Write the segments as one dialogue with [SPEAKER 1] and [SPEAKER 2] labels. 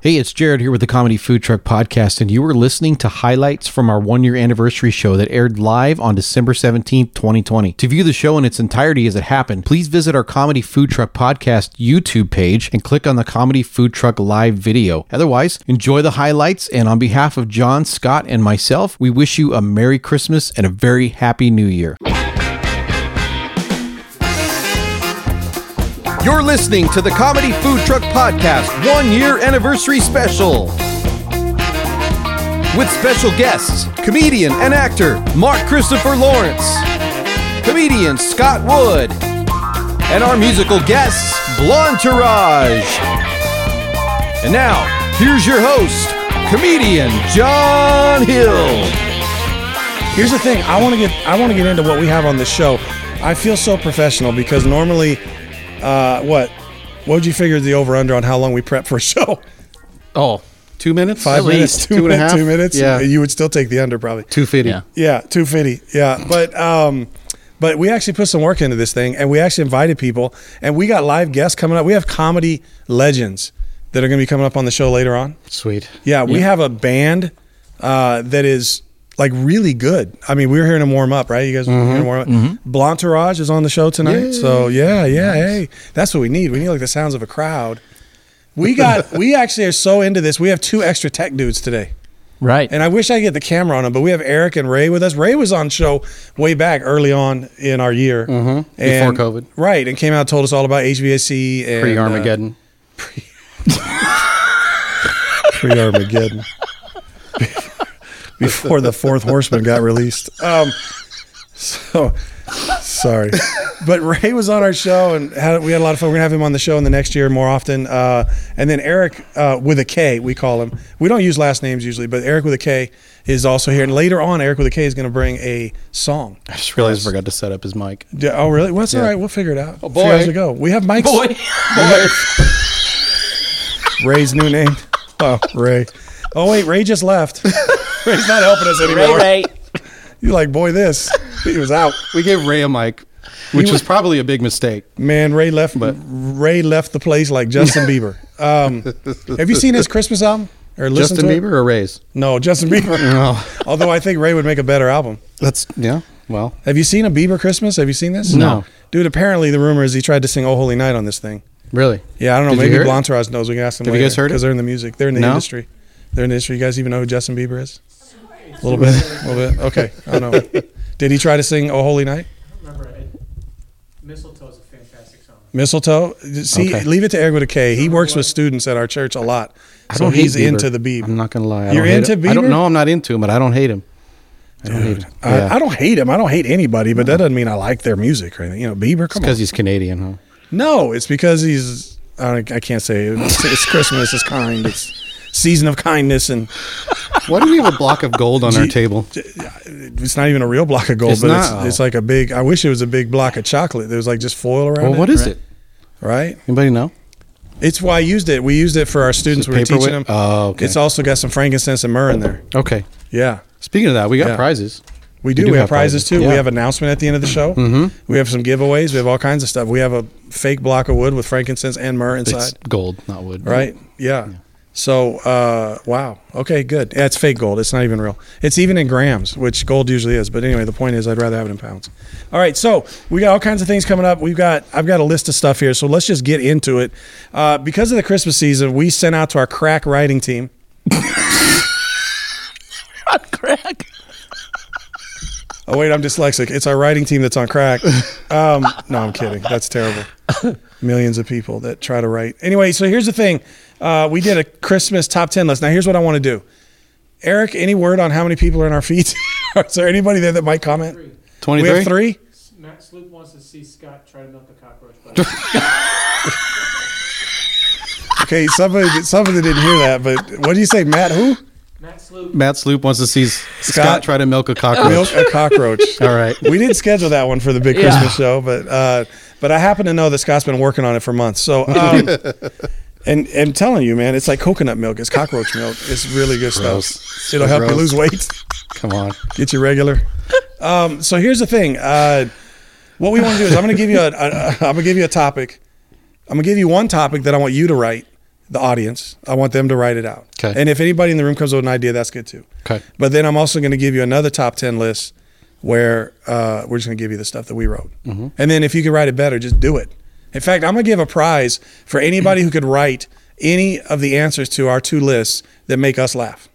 [SPEAKER 1] Hey, it's Jared here with the Comedy Food Truck Podcast, and you are listening to highlights from our one year anniversary show that aired live on December 17th, 2020. To view the show in its entirety as it happened, please visit our Comedy Food Truck Podcast YouTube page and click on the Comedy Food Truck live video. Otherwise, enjoy the highlights, and on behalf of John, Scott, and myself, we wish you a Merry Christmas and a very Happy New Year. You're listening to the Comedy Food Truck Podcast one year anniversary special. With special guests, comedian and actor Mark Christopher Lawrence, comedian Scott Wood, and our musical guests, Blontourage. And now, here's your host, comedian John Hill.
[SPEAKER 2] Here's the thing. I want to get I want to get into what we have on this show. I feel so professional because normally, uh, what what would you figure the over under on how long we prep for a show?
[SPEAKER 1] Oh, two minutes?
[SPEAKER 2] Five minutes, two,
[SPEAKER 1] and a
[SPEAKER 2] minutes,
[SPEAKER 1] half?
[SPEAKER 2] two minutes.
[SPEAKER 1] Yeah.
[SPEAKER 2] you would still take the under probably.
[SPEAKER 1] 250.
[SPEAKER 3] Yeah.
[SPEAKER 2] Yeah, two fifty. Yeah, but um, but we actually put some work into this thing, and we actually invited people, and we got live guests coming up. We have comedy legends that are going to be coming up on the show later on.
[SPEAKER 1] Sweet.
[SPEAKER 2] Yeah, we have a band uh, that is like really good. I mean, we were hearing them warm up, right? You guys were hearing them warm up. Blontourage is on the show tonight, so yeah, yeah, hey, that's what we need. We need like the sounds of a crowd. We got, we actually are so into this. We have two extra tech dudes today.
[SPEAKER 3] Right.
[SPEAKER 2] And I wish I could get the camera on him, but we have Eric and Ray with us. Ray was on show way back early on in our year. Mm-hmm. And,
[SPEAKER 1] Before COVID.
[SPEAKER 2] Right. And came out and told us all about HVAC and.
[SPEAKER 1] Pre
[SPEAKER 2] uh,
[SPEAKER 1] Armageddon.
[SPEAKER 2] pre Armageddon. Before the fourth horseman got released. Um, so sorry, but Ray was on our show and had, we had a lot of fun. We're gonna have him on the show in the next year more often. Uh, and then Eric uh, with a K, we call him. We don't use last names usually, but Eric with a K is also here. And later on, Eric with a K is gonna bring a song.
[SPEAKER 3] I just realized I forgot to set up his mic.
[SPEAKER 2] Yeah, Oh really? Well, that's all right. We'll figure it out. Oh
[SPEAKER 1] boy.
[SPEAKER 2] hours ago, we have mics. Ray's new name. Oh, Ray. Oh wait, Ray just left. Ray's not helping us anymore. You're like, boy, this. He was out.
[SPEAKER 3] We gave Ray a mic, which was probably a big mistake.
[SPEAKER 2] Man, Ray left.
[SPEAKER 3] But-
[SPEAKER 2] Ray left the place like Justin Bieber. Um, have you seen his Christmas album or listened
[SPEAKER 3] Justin
[SPEAKER 2] to it?
[SPEAKER 3] Bieber or Ray's?
[SPEAKER 2] No, Justin Bieber.
[SPEAKER 3] No.
[SPEAKER 2] Although I think Ray would make a better album.
[SPEAKER 3] That's yeah. Well,
[SPEAKER 2] Have you seen a Bieber Christmas? Have you seen this?
[SPEAKER 3] No.
[SPEAKER 2] Dude, apparently the rumor is he tried to sing "Oh Holy Night" on this thing.
[SPEAKER 3] really.
[SPEAKER 2] Yeah, I don't know.
[SPEAKER 3] Did you
[SPEAKER 2] maybe
[SPEAKER 3] hear it?
[SPEAKER 2] Blontourage knows. We can ask them.
[SPEAKER 3] Have you guys heard it?
[SPEAKER 2] Because they're in the music. They're in the
[SPEAKER 3] No?
[SPEAKER 2] industry. They're in the industry. You guys even know who Justin Bieber is? A little bit. A little bit. Okay. I don't know. Did he try to sing "Oh Holy Night"?
[SPEAKER 4] remember it. Mistletoe is a fantastic song.
[SPEAKER 2] Mistletoe. See,
[SPEAKER 3] Okay.
[SPEAKER 2] leave it to Eric with a K. He works with students at our church a lot, so
[SPEAKER 3] hate
[SPEAKER 2] he's
[SPEAKER 3] Bieber.
[SPEAKER 2] into the Beeb.
[SPEAKER 3] I'm not gonna lie. I
[SPEAKER 2] You're
[SPEAKER 3] don't hate
[SPEAKER 2] into
[SPEAKER 3] him. I
[SPEAKER 2] Bieber?
[SPEAKER 3] don't know. I'm not into him, but I don't hate him. I don't hate him.
[SPEAKER 2] I,
[SPEAKER 3] yeah.
[SPEAKER 2] I don't hate him. I don't hate anybody, but that doesn't mean I like their music or anything. You know, Bieber. Come on.
[SPEAKER 3] because he's Canadian, huh?
[SPEAKER 2] No, it's because he's. I, don't, I can't say it. it's, it's Christmas. It's kind. It's season of kindness, and
[SPEAKER 3] Why do we have a block of gold on our
[SPEAKER 2] Gee,
[SPEAKER 3] table?
[SPEAKER 2] it's not even a real block of gold,
[SPEAKER 3] It's
[SPEAKER 2] but
[SPEAKER 3] not. Oh.
[SPEAKER 2] it's, it's like a big. I wish it was a big block of chocolate. There was like just foil around.
[SPEAKER 3] Well, what is
[SPEAKER 2] it?
[SPEAKER 3] it?
[SPEAKER 2] Right.
[SPEAKER 3] Anybody know?
[SPEAKER 2] It's why I used it. We used it for our students.
[SPEAKER 3] it
[SPEAKER 2] We were teaching
[SPEAKER 3] paperweight?
[SPEAKER 2] them.
[SPEAKER 3] Oh, okay.
[SPEAKER 2] It's also got some frankincense and myrrh in there.
[SPEAKER 3] Okay.
[SPEAKER 2] Yeah.
[SPEAKER 3] Speaking of that, we got
[SPEAKER 2] Yeah.
[SPEAKER 3] prizes.
[SPEAKER 2] We do. We,
[SPEAKER 3] do
[SPEAKER 2] have,
[SPEAKER 3] have
[SPEAKER 2] prizes,
[SPEAKER 3] prizes.
[SPEAKER 2] too.
[SPEAKER 3] Yeah.
[SPEAKER 2] We have announcement at the end of the show. Mm-hmm. We have some giveaways. We have all kinds of stuff. We have a fake block of wood with frankincense and myrrh inside.
[SPEAKER 3] It's gold, not wood.
[SPEAKER 2] right? Yeah. So, uh, wow. Okay, good. Yeah, it's fake gold. It's not even real. It's even in grams, which gold usually is. But anyway, the point is, I'd rather have it in pounds. All right. So we got all kinds of things coming up. We've got I've got a list of stuff here. So let's just get into it. Uh, because of the Christmas season, we sent out to our crack writing team.
[SPEAKER 3] Crack.
[SPEAKER 2] Oh wait, I'm dyslexic. It's our writing team that's on crack. Um, no, I'm kidding. That's terrible. Millions of people that try to write. Anyway, so here's the thing. Uh, we did a Christmas top ten list. Now here's what I want to do. Eric, any word on how many people are in our feeds? Is there anybody there that might comment? We have
[SPEAKER 3] 23?
[SPEAKER 2] three.
[SPEAKER 4] Matt Sloop wants to see Scott try to milk a cockroach. But
[SPEAKER 2] Okay, somebody somebody didn't hear that. But what do you say, Matt? Who
[SPEAKER 4] Matt Sloop,
[SPEAKER 3] Matt Sloop wants to see S- Scott, try to milk a cockroach.
[SPEAKER 2] milk a cockroach?
[SPEAKER 3] All right.
[SPEAKER 2] we didn't schedule that one for the big Christmas show, but uh, but I happen to know that Scott's been working on it for months. So, um, and and I'm telling you, man, it's like coconut milk. It's cockroach milk. It's really good
[SPEAKER 3] Gross.
[SPEAKER 2] stuff. It'll help you
[SPEAKER 3] Gross.
[SPEAKER 2] lose weight.
[SPEAKER 3] Come on.
[SPEAKER 2] Get you regular. Um, so here's the thing. Uh, what we want to do is I'm going to give you a, a, a I'm going to give you a topic. I'm going to give you one topic that I want you to write the audience. I want them to write it out.
[SPEAKER 3] Okay.
[SPEAKER 2] And if anybody in the room comes up with an idea, that's good too.
[SPEAKER 3] Okay.
[SPEAKER 2] But then I'm also going to give you another top 10 list where uh, we're just going to give you the stuff that we wrote. And then if you can write it better, just do it. In fact, I'm going to give a prize for anybody who could write any of the answers to our two lists that make us laugh.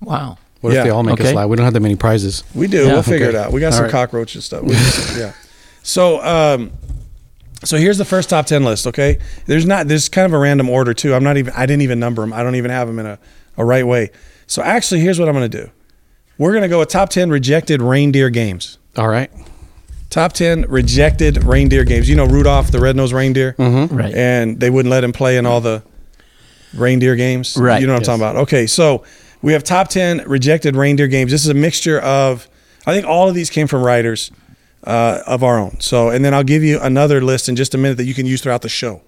[SPEAKER 5] Wow.
[SPEAKER 3] What
[SPEAKER 2] Yeah.
[SPEAKER 3] if they all make
[SPEAKER 5] Okay.
[SPEAKER 3] us laugh? We don't have that many prizes.
[SPEAKER 2] We do.
[SPEAKER 5] Yeah.
[SPEAKER 2] we'll figure
[SPEAKER 3] Okay.
[SPEAKER 2] it out. We got
[SPEAKER 3] All
[SPEAKER 2] some
[SPEAKER 3] right.
[SPEAKER 2] cockroach and stuff. We just- yeah. So, um, so here's the first top ten list. Okay, there's not. There's kind of a random order too. I'm not even. I didn't even number them. I don't even have them in a, a right way. So actually, here's what I'm going to do. We're going to go with top ten rejected reindeer games.
[SPEAKER 3] All right.
[SPEAKER 2] Top 10 rejected reindeer games. You know Rudolph the Red-Nosed Reindeer? Mm-hmm.
[SPEAKER 5] Right.
[SPEAKER 2] And they wouldn't let him play in all the reindeer games.
[SPEAKER 5] Right,
[SPEAKER 2] You know what
[SPEAKER 5] yes.
[SPEAKER 2] I'm talking about. Okay, so we have top 10 rejected reindeer games. This is a mixture of, I think all of these came from writers uh, of our own. So, and then I'll give you another list in just a minute that you can use throughout the show.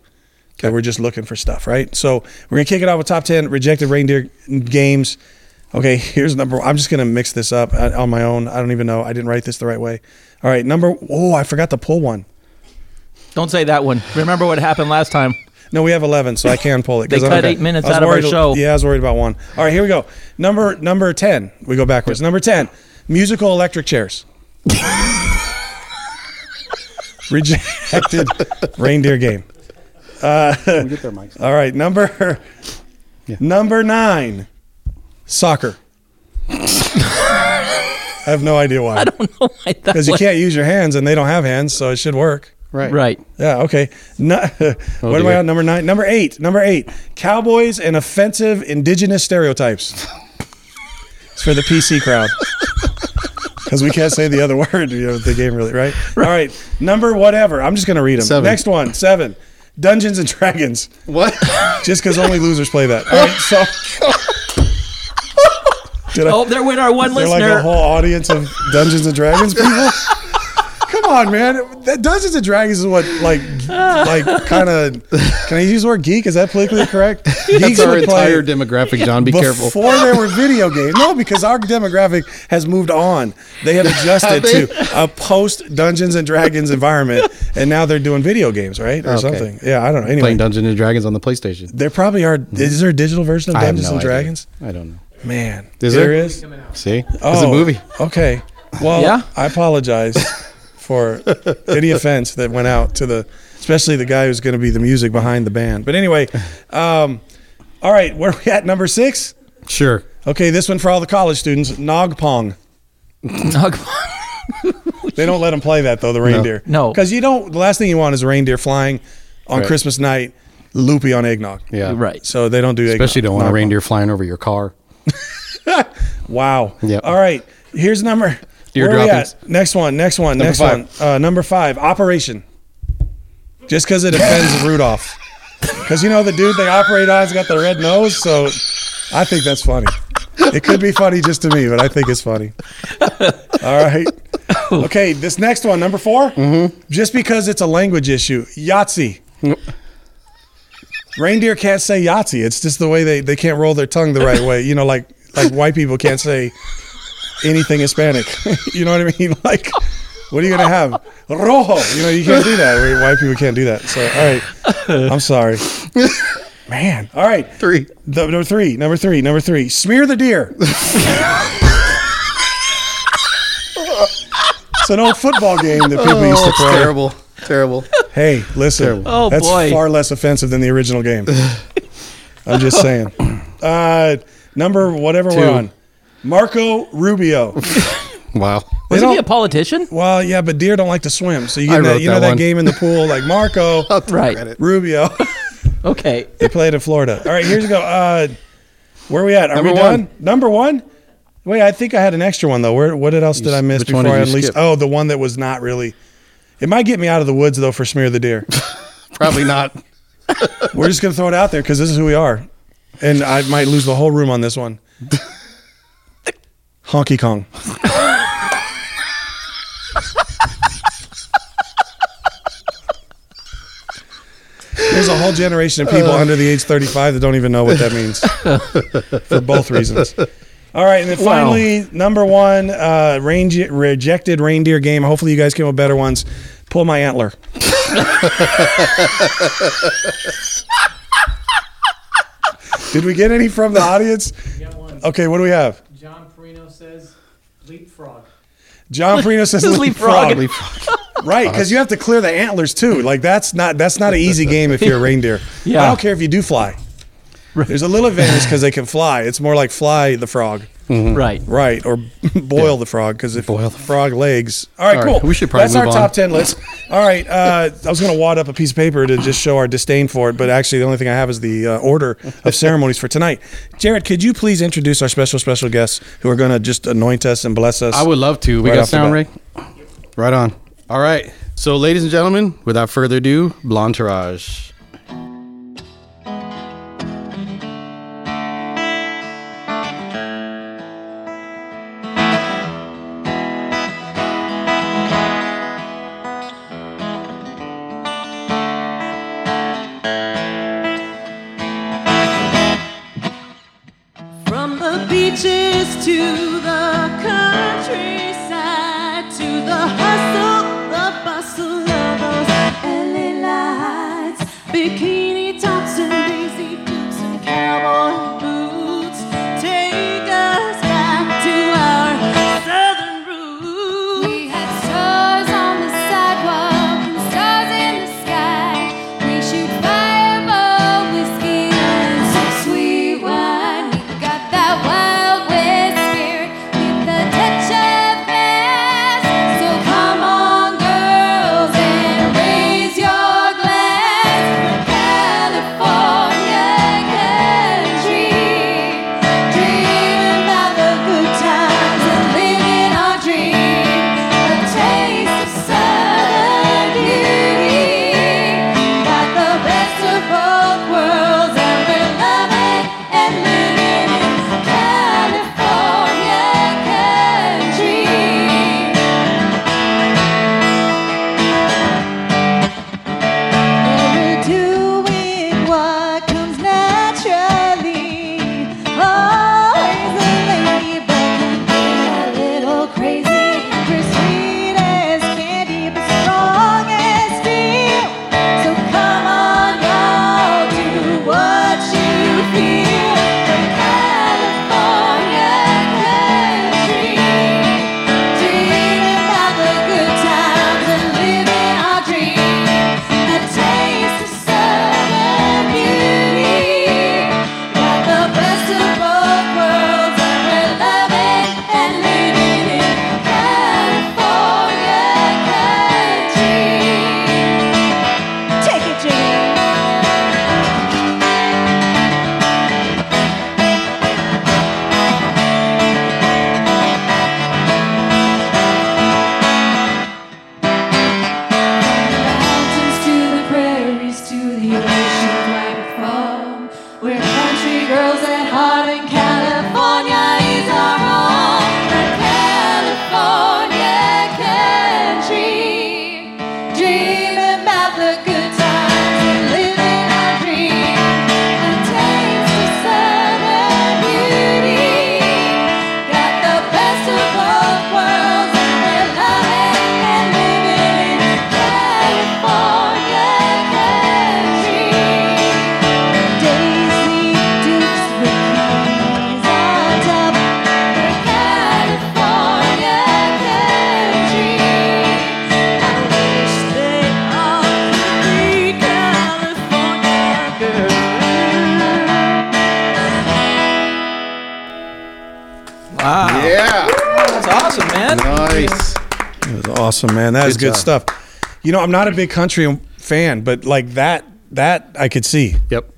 [SPEAKER 2] Okay, we're just looking for stuff, right? So we're gonna kick it off with top ten rejected reindeer games. Okay, here's number. I'm just gonna mix this up uh, on my own. I don't even know. I didn't write this the right way. All right, number. Oh, I forgot to pull one.
[SPEAKER 5] Don't say that one. Remember what happened last time.
[SPEAKER 2] No, we have eleven, so I can pull it. 'cause
[SPEAKER 5] They
[SPEAKER 2] I'm
[SPEAKER 5] cut
[SPEAKER 2] okay.
[SPEAKER 5] eight minutes
[SPEAKER 2] I was
[SPEAKER 5] out of our
[SPEAKER 2] worried-
[SPEAKER 5] show.
[SPEAKER 2] Yeah, I was worried about one. All right, here we go. Number number ten. We go backwards. Number ten. Musical electric chairs. Rejected reindeer game. Uh,
[SPEAKER 3] Can we get their mics?
[SPEAKER 2] All right, number number nine, soccer. I have no idea why.
[SPEAKER 5] oh my that
[SPEAKER 2] Because you
[SPEAKER 5] one-
[SPEAKER 2] can't use your hands, and they don't have hands, so it should work.
[SPEAKER 3] Right. Oh,
[SPEAKER 5] Right.
[SPEAKER 2] Yeah. Okay. No, what am I
[SPEAKER 3] dear.
[SPEAKER 2] on? Number nine. Number eight. Number eight. Cowboys and offensive indigenous stereotypes. it's for the PC crowd. Because we can't say the other word. You know, the game really right? All right. Number whatever. I'm just gonna read them.
[SPEAKER 3] Seven.
[SPEAKER 2] Next one. Seven. Dungeons and Dragons.
[SPEAKER 3] What?
[SPEAKER 2] Just because only losers play that. All right, so did I,
[SPEAKER 5] Oh, there went our one
[SPEAKER 2] they're like
[SPEAKER 5] listener.
[SPEAKER 2] a whole audience of Dungeons and Dragons people. Come on, man! That Dungeons and Dragons is what like like kind of can I use the word geek? Is that politically correct? Geeks
[SPEAKER 3] That's our
[SPEAKER 2] would play
[SPEAKER 3] entire demographic, John. Be careful.
[SPEAKER 2] Before there were video games, no, because our demographic has moved on. They have adjusted to a post Dungeons and Dragons environment, and now they're doing video games, right, or
[SPEAKER 3] Okay.
[SPEAKER 2] something. Yeah, I don't know. Anyway,
[SPEAKER 3] Playing Dungeons and Dragons on the PlayStation.
[SPEAKER 2] there probably are. Is there a digital version of
[SPEAKER 3] I have
[SPEAKER 2] Dungeons
[SPEAKER 3] no
[SPEAKER 2] and
[SPEAKER 3] idea.
[SPEAKER 2] Dragons?
[SPEAKER 3] I don't know.
[SPEAKER 2] Man,
[SPEAKER 3] Is
[SPEAKER 2] there
[SPEAKER 3] there?
[SPEAKER 2] is. Oh.
[SPEAKER 4] Coming out.
[SPEAKER 3] See? It's a movie.
[SPEAKER 2] Okay. Well,
[SPEAKER 5] Yeah?
[SPEAKER 2] I apologize for any offense that went out to the, especially the guy who's going to be the music behind the band. But anyway, um, all right, where are we at? Number six.
[SPEAKER 3] Sure.
[SPEAKER 2] Okay, this one for all the college students. Nog pong. They don't let them play that though. The reindeer.
[SPEAKER 5] No.
[SPEAKER 2] Because you don't. The last thing you want is a reindeer flying on
[SPEAKER 3] Right.
[SPEAKER 2] Christmas night, loopy on eggnog.
[SPEAKER 3] Yeah.
[SPEAKER 5] right.
[SPEAKER 2] So they don't do eggnog.
[SPEAKER 3] Especially don't want a
[SPEAKER 2] nog pong.
[SPEAKER 3] reindeer flying over your car.
[SPEAKER 2] Wow.
[SPEAKER 3] Yep.
[SPEAKER 2] All right. Here's number.
[SPEAKER 3] Deer
[SPEAKER 2] where are we
[SPEAKER 3] droppings.
[SPEAKER 2] at? Next one. Next one. next
[SPEAKER 3] five.
[SPEAKER 2] one. Uh, number five. Operation. Just because it offends Rudolph, because you know the dude they operate on's got the red nose, so I think that's funny. It could be funny just to me, but I think it's funny. All right. Okay. This next one, number 4 Just because it's a language issue, Yahtzee. Reindeer can't say Yahtzee. It's just the way they, they can't roll their tongue the right way. You know, like like white people can't say anything Hispanic. you know what I mean? Like, what are you gonna have? Rojo. You know, you can't do that. We- White people can't do that. So, all right. I'm sorry. Man. All right.
[SPEAKER 3] Three.
[SPEAKER 2] The- number three. Number three. Number three. Smear the deer. it's an old football game that people used to play.
[SPEAKER 3] Oh, Terrible. Terrible.
[SPEAKER 2] Hey, listen.
[SPEAKER 5] Oh,
[SPEAKER 2] that's
[SPEAKER 5] boy.
[SPEAKER 2] far less offensive than the original game. I'm just saying. Uh, number whatever we're
[SPEAKER 3] Two.
[SPEAKER 2] on. Marco Rubio.
[SPEAKER 3] Wow.
[SPEAKER 2] They
[SPEAKER 5] Wasn't
[SPEAKER 2] don't-
[SPEAKER 5] he a politician?
[SPEAKER 2] well, yeah, but deer don't like to swim. So you get
[SPEAKER 3] I
[SPEAKER 2] that,
[SPEAKER 3] wrote
[SPEAKER 2] you know
[SPEAKER 3] that
[SPEAKER 2] that
[SPEAKER 3] one.
[SPEAKER 2] game in the pool, like Marco
[SPEAKER 5] Right.
[SPEAKER 2] Rubio.
[SPEAKER 5] Okay.
[SPEAKER 2] they played in Florida. All right, here's go. Uh, where are we at? Are
[SPEAKER 3] Number
[SPEAKER 2] we
[SPEAKER 3] one.
[SPEAKER 2] done? Number one. Wait, I think I had an extra one though. Where? What else did I miss
[SPEAKER 3] which one
[SPEAKER 2] before I
[SPEAKER 3] did you
[SPEAKER 2] unleashed?
[SPEAKER 3] skip?
[SPEAKER 2] Oh, the one that was not really. It might get me out of the woods though for smear the deer.
[SPEAKER 3] Probably not.
[SPEAKER 2] We're just gonna throw it out there because this is who we are, and I might lose the whole room on this one. Honky Kong. There's a whole generation of people under the age 35 that don't even know what that means for both reasons. All right, and then finally, number one, uh, range, rejected reindeer game. Hopefully, you guys came up with better ones. Pull
[SPEAKER 6] Mm-hmm.
[SPEAKER 2] my antler. Did we get any from the audience?
[SPEAKER 4] We got one.
[SPEAKER 2] Okay, what do we have?
[SPEAKER 4] John Perino says leapfrog.
[SPEAKER 2] John Prino says
[SPEAKER 5] This is
[SPEAKER 2] leapfrog.
[SPEAKER 5] leapfrog.
[SPEAKER 2] Right, because you have to clear the antlers too. Like that's not that's not an easy game if you're a reindeer.
[SPEAKER 5] Yeah.
[SPEAKER 2] I don't care if you do fly. There's a little advantage because they can fly. It's more like fly the frog,
[SPEAKER 3] Mm-hmm.
[SPEAKER 5] right.
[SPEAKER 2] right? Or boil the frog because if boil the frog legs. All right,
[SPEAKER 3] All
[SPEAKER 2] cool.
[SPEAKER 3] right, we should probably
[SPEAKER 2] that's
[SPEAKER 3] move
[SPEAKER 2] our
[SPEAKER 3] on.
[SPEAKER 2] top ten list. All right, uh, I was going to wad up a piece of paper to just show our disdain for it, but actually the only thing I have is the uh, order of ceremonies for tonight. Jared, could you please introduce our special special guests who are going to just anoint us and bless us?
[SPEAKER 3] I would love to. We
[SPEAKER 2] Right
[SPEAKER 3] got
[SPEAKER 2] off the
[SPEAKER 3] sound,
[SPEAKER 2] bat.
[SPEAKER 3] Ray? Right on. All right. So, ladies and gentlemen, without further ado, Blonterage.
[SPEAKER 6] From the beaches to the countryside to the hustle, the bustle of those LA lights, bikini tops and daisy dukes and cowboy boots. Take us back to our southern roots.
[SPEAKER 7] We had stars on the sidewalk and stars in the sky. We shoot fireball whiskey and some sweet wine. We got that wild west spirit with the touch of glass. So come on, girls, and raise your glass. California country, dreaming about the good times and living our dream. A taste of southern beauty, got the best of both worlds, and we're loving and living in California country.
[SPEAKER 6] We're doing what comes naturally. Always a lady, but can be a little crazy. We're sweet as candy, but strong as steel. So come on, y'all, do what you feel. From California country. Dreaming about the good times and living our dreams. A taste of southern beauty. Got the best of both worlds, and we're loving and living in California country. Take it, Jimmy.
[SPEAKER 7] mountains to the prairies to the ocean wide foam. We're country girls at heart, and California is our home. We're California country, dreaming about the good times and living our dream. A taste of southern beauty, got the best of both worlds, and we're loving and living in California country.
[SPEAKER 6] Daisy Dukes with cowboys on top.
[SPEAKER 7] California country.
[SPEAKER 6] I wish they all could be California girls.
[SPEAKER 5] Wow.
[SPEAKER 3] Yeah.
[SPEAKER 5] That's awesome, man.
[SPEAKER 3] Nice.
[SPEAKER 2] That was awesome, man. That is
[SPEAKER 3] Good
[SPEAKER 2] good
[SPEAKER 3] job.
[SPEAKER 2] stuff. You know, I'm not a big country fan, but like that, that I could see.
[SPEAKER 3] Yep.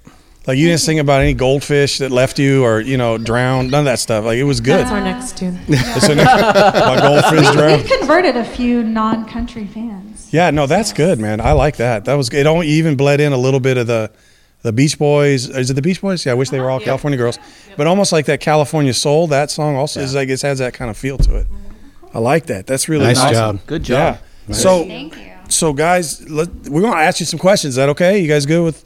[SPEAKER 2] Like you didn't sing about any goldfish that left you or you know drowned, none of that stuff. Like it was good.
[SPEAKER 8] That's our next tune.
[SPEAKER 2] It's in there. My goldfish drowned.
[SPEAKER 9] We've converted a few non-country fans.
[SPEAKER 2] Yeah, no, that's good, man. I like that. That was it. Only even bled in a little bit of the, the Beach Boys. Is it the Beach Boys? Yeah, I wish they were all California girls, but almost like that California soul. That song also is like it has that kind of feel to it. I like that. That's really
[SPEAKER 3] Nice
[SPEAKER 2] awesome.
[SPEAKER 3] job.
[SPEAKER 5] Good job.
[SPEAKER 2] Yeah. So
[SPEAKER 7] Thank you.
[SPEAKER 2] So, guys, let, we're going to ask you some questions. Is that okay? You guys good with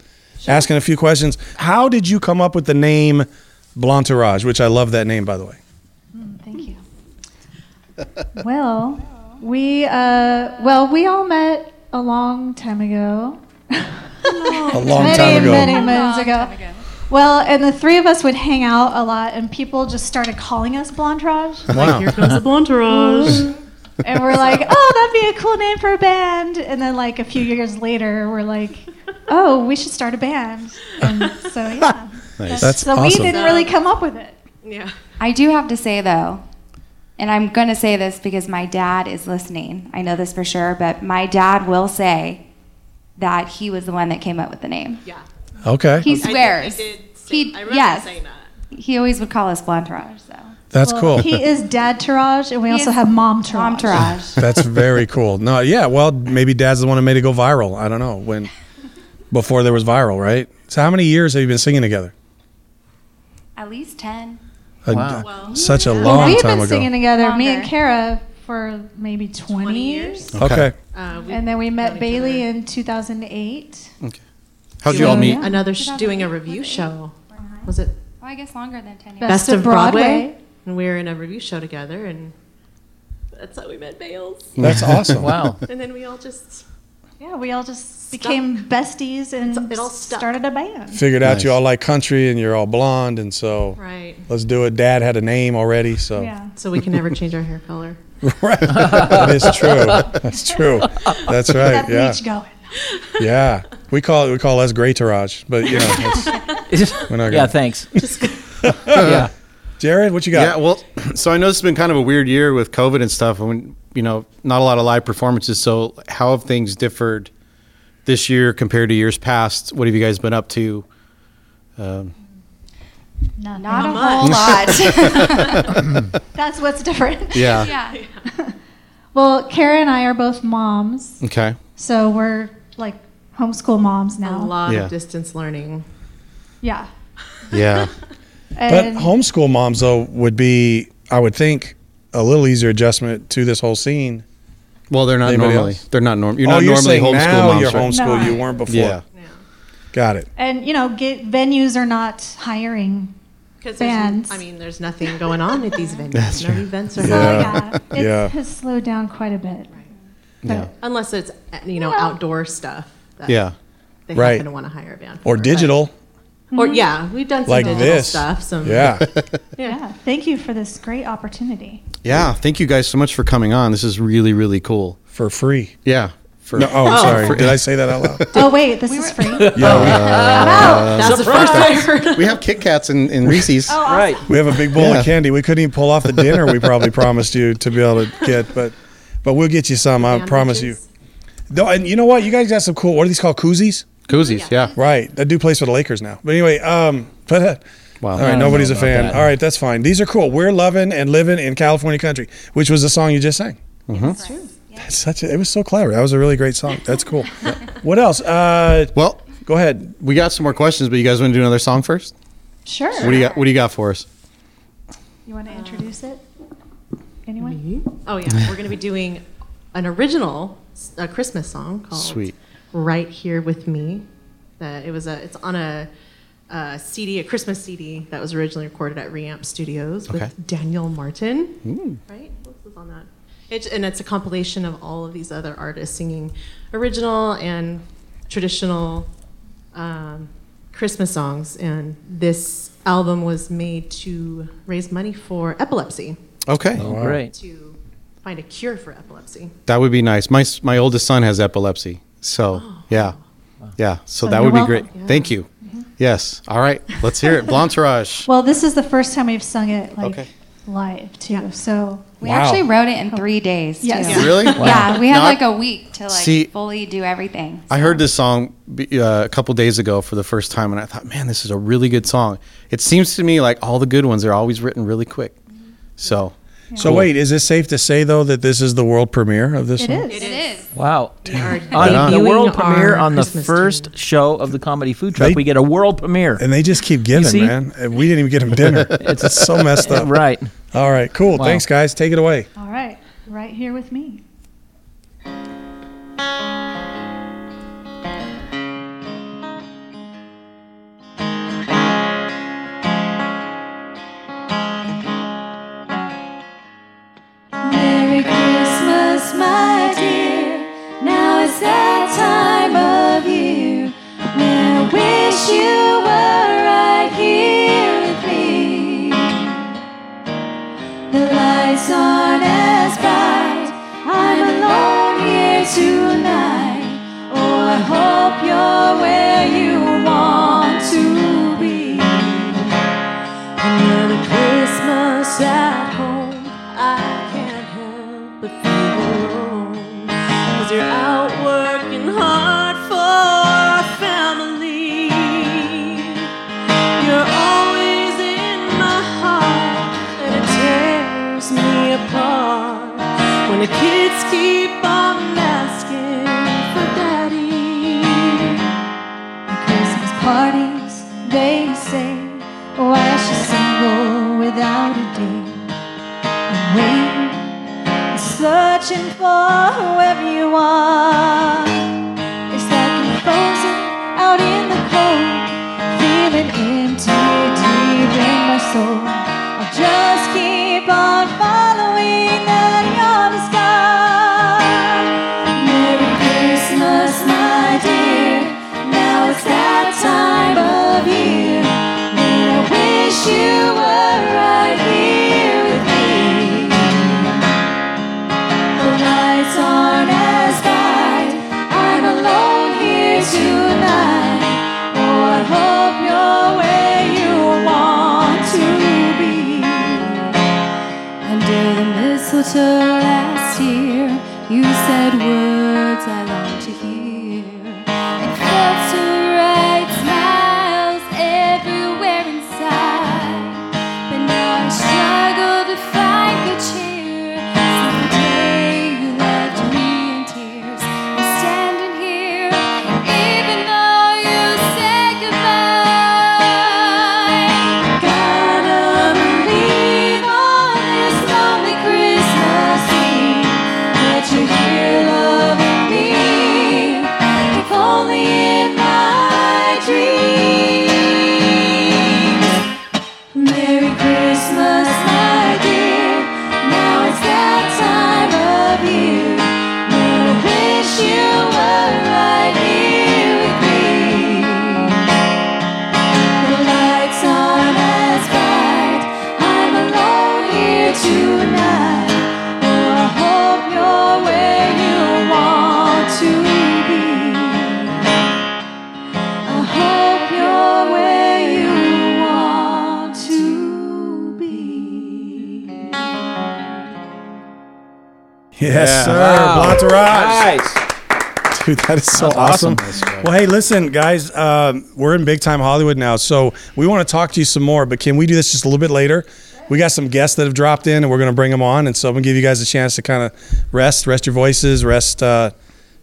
[SPEAKER 2] asking a few questions? How did you come up with the name Blonterage, which I love that name, by the way?
[SPEAKER 9] Hmm, Thank you. Well, we uh, well we all met a long time ago.
[SPEAKER 2] A long
[SPEAKER 9] many,
[SPEAKER 2] time ago.
[SPEAKER 9] Many moons ago. Well, and the three of us would hang out a lot, and people just started calling us Blondrage.
[SPEAKER 3] Wow.
[SPEAKER 8] Here comes the blonterage.
[SPEAKER 9] and we're like, oh, that'd be a cool name for a band. And then, like, a few years later, we're like, oh, we should start a band. And so, yeah.
[SPEAKER 3] Nice.
[SPEAKER 2] That's
[SPEAKER 9] so
[SPEAKER 2] awesome.
[SPEAKER 9] we didn't really come up with it.
[SPEAKER 8] yeah.
[SPEAKER 10] I do have to say though, and I'm going to say this because my dad is listening. I know this for sure, but my dad will say that he was the one that came up with the name.
[SPEAKER 8] Yeah.
[SPEAKER 2] Okay,
[SPEAKER 10] He
[SPEAKER 8] I did-
[SPEAKER 10] swears.
[SPEAKER 8] I, did say,
[SPEAKER 10] He-
[SPEAKER 8] I remember
[SPEAKER 10] yes.
[SPEAKER 8] saying that.
[SPEAKER 10] He always would call us Blonterage, so.
[SPEAKER 2] that's
[SPEAKER 9] Well,
[SPEAKER 2] cool.
[SPEAKER 9] He is Dad Taraj, and we
[SPEAKER 10] He
[SPEAKER 9] also
[SPEAKER 10] is
[SPEAKER 9] have Mom Taraj.
[SPEAKER 10] Blonterage.
[SPEAKER 2] That's very cool. No, yeah. Well, maybe Dad's the one that made it go viral. I don't know when, before there was viral, right? So how many years have you been singing together?
[SPEAKER 10] At least 10.
[SPEAKER 2] A-
[SPEAKER 5] Wow.
[SPEAKER 8] Well,
[SPEAKER 2] Such a long
[SPEAKER 9] Well, we've
[SPEAKER 2] time
[SPEAKER 9] been
[SPEAKER 2] ago.
[SPEAKER 9] singing together, me
[SPEAKER 10] Longer.
[SPEAKER 9] and Kara, for maybe 20,
[SPEAKER 8] 20
[SPEAKER 9] years.
[SPEAKER 8] years.
[SPEAKER 2] okay.
[SPEAKER 8] Uh, we
[SPEAKER 9] And then we met
[SPEAKER 8] each
[SPEAKER 9] Bailey in 2008.
[SPEAKER 1] How'd you all meet?
[SPEAKER 8] Another sh- doing a review show. Was it
[SPEAKER 10] Well, Oh, I guess longer than 10 years.
[SPEAKER 8] Best of Broadway? And we were in a review show together, and that's how we met Bales.
[SPEAKER 2] That's awesome.
[SPEAKER 5] Wow.
[SPEAKER 8] And then we all just
[SPEAKER 9] Yeah, we all just became besties and
[SPEAKER 8] It's- it all stuck.
[SPEAKER 9] started a band.
[SPEAKER 2] Figured out
[SPEAKER 3] Nice.
[SPEAKER 2] you all like country and you're all blonde, and so
[SPEAKER 8] right.
[SPEAKER 2] let's do it. Dad had a name already, so
[SPEAKER 9] Yeah.
[SPEAKER 8] So we can never change our hair color.
[SPEAKER 2] Right. that is true. That's true. That's right.
[SPEAKER 9] Got the
[SPEAKER 2] Yeah,
[SPEAKER 9] reach going.
[SPEAKER 2] yeah. We call it we call us Gray Taraj, but you know, it's, we're not
[SPEAKER 5] yeah,
[SPEAKER 2] gonna.
[SPEAKER 5] thanks.
[SPEAKER 8] Just
[SPEAKER 5] yeah.
[SPEAKER 2] Jared, what you
[SPEAKER 3] Yeah,
[SPEAKER 2] got?
[SPEAKER 3] well, so I know it's been kind of a weird year with COVID and stuff, and you know, not a lot of live performances. So, how have things differed this year compared to years past? What have you guys been up to? Um,
[SPEAKER 10] Not a whole lot.
[SPEAKER 9] That's what's different.
[SPEAKER 3] yeah.
[SPEAKER 10] yeah.
[SPEAKER 9] Well, Kara and I are both moms,
[SPEAKER 3] Okay.
[SPEAKER 9] so we're like homeschool moms
[SPEAKER 8] a
[SPEAKER 9] now.
[SPEAKER 8] lot
[SPEAKER 3] Yeah.
[SPEAKER 8] of distance learning.
[SPEAKER 9] Yeah.
[SPEAKER 3] Yeah.
[SPEAKER 2] But
[SPEAKER 9] And
[SPEAKER 2] homeschool moms though would be, I would think, a little easier adjustment to this whole scene.
[SPEAKER 3] Well, they're not
[SPEAKER 2] Anybody
[SPEAKER 3] normally.
[SPEAKER 2] else? Oh,
[SPEAKER 3] They're not normal. You're not
[SPEAKER 2] you're
[SPEAKER 3] normally
[SPEAKER 2] saying
[SPEAKER 3] homeschool
[SPEAKER 2] now
[SPEAKER 3] moms.
[SPEAKER 2] you're
[SPEAKER 3] right?
[SPEAKER 2] homeschool.
[SPEAKER 9] No.
[SPEAKER 2] You weren't before.
[SPEAKER 3] Yeah.
[SPEAKER 2] Got it.
[SPEAKER 9] and you know, get, venues are not hiring.
[SPEAKER 8] Because
[SPEAKER 9] Bands.
[SPEAKER 8] I mean, there's nothing going on at these venues. no events are
[SPEAKER 9] So
[SPEAKER 2] Yeah.
[SPEAKER 8] happening.
[SPEAKER 9] yeah, it
[SPEAKER 2] Yeah.
[SPEAKER 9] has slowed down quite a bit.
[SPEAKER 3] Yeah.
[SPEAKER 8] unless it's uh, you know
[SPEAKER 9] Well-
[SPEAKER 8] outdoor stuff. That
[SPEAKER 3] Yeah.
[SPEAKER 8] they
[SPEAKER 2] Right.
[SPEAKER 8] happen to want to hire a band for,
[SPEAKER 2] Or
[SPEAKER 8] but-
[SPEAKER 2] digital,
[SPEAKER 8] or yeah, we've done some
[SPEAKER 2] like
[SPEAKER 8] digital
[SPEAKER 2] this.
[SPEAKER 8] stuff. Some
[SPEAKER 2] Yeah.
[SPEAKER 9] Mm-hmm. Yeah. Thank you for this great opportunity.
[SPEAKER 3] Yeah. Thank you guys so much for coming on. This is really, really cool.
[SPEAKER 2] For free.
[SPEAKER 3] Yeah. For,
[SPEAKER 2] No, oh, sorry. Did I say that out loud?
[SPEAKER 9] Oh wait, this is free.
[SPEAKER 8] Oh, that's the first I heard.
[SPEAKER 3] Uh, We have Kit Kats and, and Reese's.
[SPEAKER 2] Oh,
[SPEAKER 5] Right.
[SPEAKER 2] We have a big bowl
[SPEAKER 3] Yeah.
[SPEAKER 2] of candy. We couldn't even pull off the dinner we probably promised you to be able to get, but but we'll get you some. I promise you.
[SPEAKER 8] Sandwiches.
[SPEAKER 2] No, and you know what? You guys got some cool. What are these called? Koozies.
[SPEAKER 3] Koozies. Yeah.
[SPEAKER 2] Right. That do plays for the Lakers now. But anyway, um, but. Uh,
[SPEAKER 3] Wow.
[SPEAKER 2] All right, nobody's a fan. All right, that's fine. These are cool. We're loving and living in California country, which was the song you just sang.
[SPEAKER 3] Mm-hmm.
[SPEAKER 10] That's true.
[SPEAKER 2] That's such a, it was so clever. That was a really great song. That's cool. what else? Uh,
[SPEAKER 3] Well,
[SPEAKER 2] go ahead.
[SPEAKER 3] we got some more questions, but you guys want to do another song first?
[SPEAKER 9] Sure.
[SPEAKER 3] What do you got? What do you got for us?
[SPEAKER 9] You want to
[SPEAKER 3] Um,
[SPEAKER 9] introduce it? Anyone?
[SPEAKER 8] Oh yeah, we're gonna be doing an original s- a Christmas song called
[SPEAKER 3] Sweet.
[SPEAKER 8] "Right Here with Me." That it was a it's on a, a CD, a Christmas CD that was originally recorded at Reamp Studios
[SPEAKER 3] Okay.
[SPEAKER 8] with Daniel Martin. Right, What was on that? It's, and it's a compilation of all of these other artists singing original and traditional um, Christmas songs. And this album was made to raise money for epilepsy
[SPEAKER 3] Okay.
[SPEAKER 5] Great.
[SPEAKER 8] to find a cure for epilepsy.
[SPEAKER 3] That would be nice. My s- my oldest son has epilepsy, so yeah, yeah.
[SPEAKER 9] So
[SPEAKER 3] So, that
[SPEAKER 9] Oh. you're
[SPEAKER 3] would be
[SPEAKER 9] welcome. Mm-hmm.
[SPEAKER 3] great. Thank you. Yes. All right. Let's hear it. Blantarage.
[SPEAKER 9] Well, this is the first time we've sung it like
[SPEAKER 3] Okay.
[SPEAKER 9] live too. So
[SPEAKER 10] We
[SPEAKER 2] Wow.
[SPEAKER 10] actually wrote it in three days. Too.
[SPEAKER 9] Yes.
[SPEAKER 3] Really?
[SPEAKER 10] Yeah, we had
[SPEAKER 3] Not-
[SPEAKER 10] like a week to like
[SPEAKER 3] See-
[SPEAKER 10] fully do everything.
[SPEAKER 3] I heard this song be- uh, a couple days ago for the first time, and I thought, man, this is a really good song. It seems to me like all the good ones are always written really quick.
[SPEAKER 9] Mm-hmm.
[SPEAKER 3] So
[SPEAKER 2] So wait, is it safe to say though that this is the world premiere of this?
[SPEAKER 9] it
[SPEAKER 2] song?
[SPEAKER 9] is.
[SPEAKER 10] It is.
[SPEAKER 5] Wow.
[SPEAKER 8] Our
[SPEAKER 5] On the
[SPEAKER 8] debuting
[SPEAKER 5] world
[SPEAKER 8] our
[SPEAKER 5] premiere on the
[SPEAKER 8] Christmas
[SPEAKER 5] first
[SPEAKER 8] tune.
[SPEAKER 5] show of the comedy food truck,
[SPEAKER 2] They-
[SPEAKER 5] we get a world premiere.
[SPEAKER 2] And they just keep giving,
[SPEAKER 5] see?
[SPEAKER 2] man. And We didn't even get them dinner. it's so messed up.
[SPEAKER 5] Right.
[SPEAKER 2] All right, cool. Thanks, guys. Take it away.
[SPEAKER 9] All right, right here with me.
[SPEAKER 7] Merry Christmas, my dear. Now it's that time of year. May I wish you were right Oh, When the kids keep on asking for daddy,
[SPEAKER 6] At Christmas parties, they say, Why is she single without a date? I'm waiting, and searching for whoever you are. It's like I'm frozen out in the cold, feeling empty deep in my soul. I'll just keep on following that yard is gone. Merry Christmas, my dear. Now it's that time of year when I wish you were right here with me. The lights aren't as bright. I'm alone here tonight. Oh, I hope you're where you want to be.
[SPEAKER 7] under the mistletoe last year, you said words I long to hear.
[SPEAKER 6] It felt so right, smiles everywhere inside. But now I struggle to find good cheer. Since the day you left me in tears, I'm standing here, even though you said goodbye. Gotta believe on this lonely Christmas Eve that you're here loving me, if only in my dreams. Merry Christmas, my dear. Now it's that time of year. When I wish you were right here with me. The lights aren't as bright. I'm alone here tonight. Oh, I hope you're where you want to be. I hope you're where you want to be.
[SPEAKER 2] Yes,
[SPEAKER 3] Yeah.
[SPEAKER 2] sir.
[SPEAKER 3] Wow.
[SPEAKER 2] Lots of rocks. Dude, that is so
[SPEAKER 3] That's awesome.
[SPEAKER 2] awesome.
[SPEAKER 3] That's great.
[SPEAKER 2] Well, hey, listen, guys, um, we're in big time Hollywood now, so we want to talk to you some more. But can we do this just a little bit later? We got some guests that have dropped in, and we're going to bring them on, and so I'm going to give you guys a chance to kind of rest, rest your voices, rest. Uh,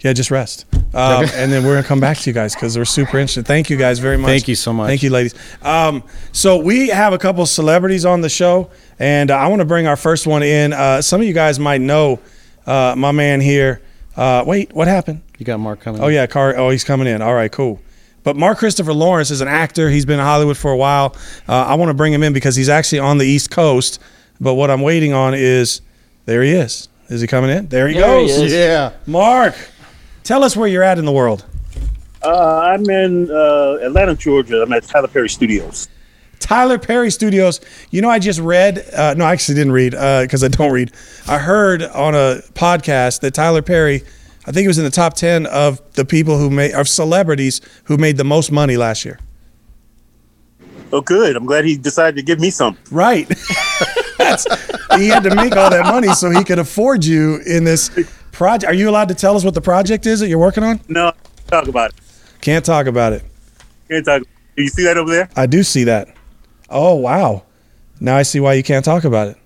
[SPEAKER 2] yeah, just rest, um, and then we're gonna come back to you guys because we're super interested. Thank you guys very much.
[SPEAKER 3] Thank you so much.
[SPEAKER 2] Thank you, ladies. Um, so we have a couple celebrities on the show, and uh, I want to bring our first one in. Uh, some of you guys might know uh, my man here. Uh, wait, what happened?
[SPEAKER 3] You got Mark coming.
[SPEAKER 2] Oh yeah, car. Oh, he's coming in. All right, cool. But Mark Christopher Lawrence is an actor. He's been in Hollywood for a while. Uh, I want to bring him in because he's actually on the East Coast. But what I'm waiting on is there he is. Is he coming in? There he
[SPEAKER 11] There he
[SPEAKER 2] goes.
[SPEAKER 11] is.
[SPEAKER 3] Yeah.
[SPEAKER 2] Mark, tell us where you're at in the world.
[SPEAKER 11] Uh, I'm in uh, Atlanta, Georgia. I'm at Tyler Perry Studios.
[SPEAKER 2] Tyler Perry Studios. You know, I just read. Uh, no, I actually didn't read because I don't read. I heard on a podcast that Tyler Perry, I think it was in the top ten of the people who made of celebrities who made the most money last year.
[SPEAKER 11] Oh, good. I'm glad he decided to give me some.
[SPEAKER 2] Right. That's, he had to make all that money so he could afford you in this project. Are you allowed to tell us what the project is that you're working on?
[SPEAKER 11] No, talk about it.
[SPEAKER 2] Can't talk about it.
[SPEAKER 11] Can't talk. Do you see that over there?
[SPEAKER 2] I do see that. Oh wow! Now I see why you can't talk about it.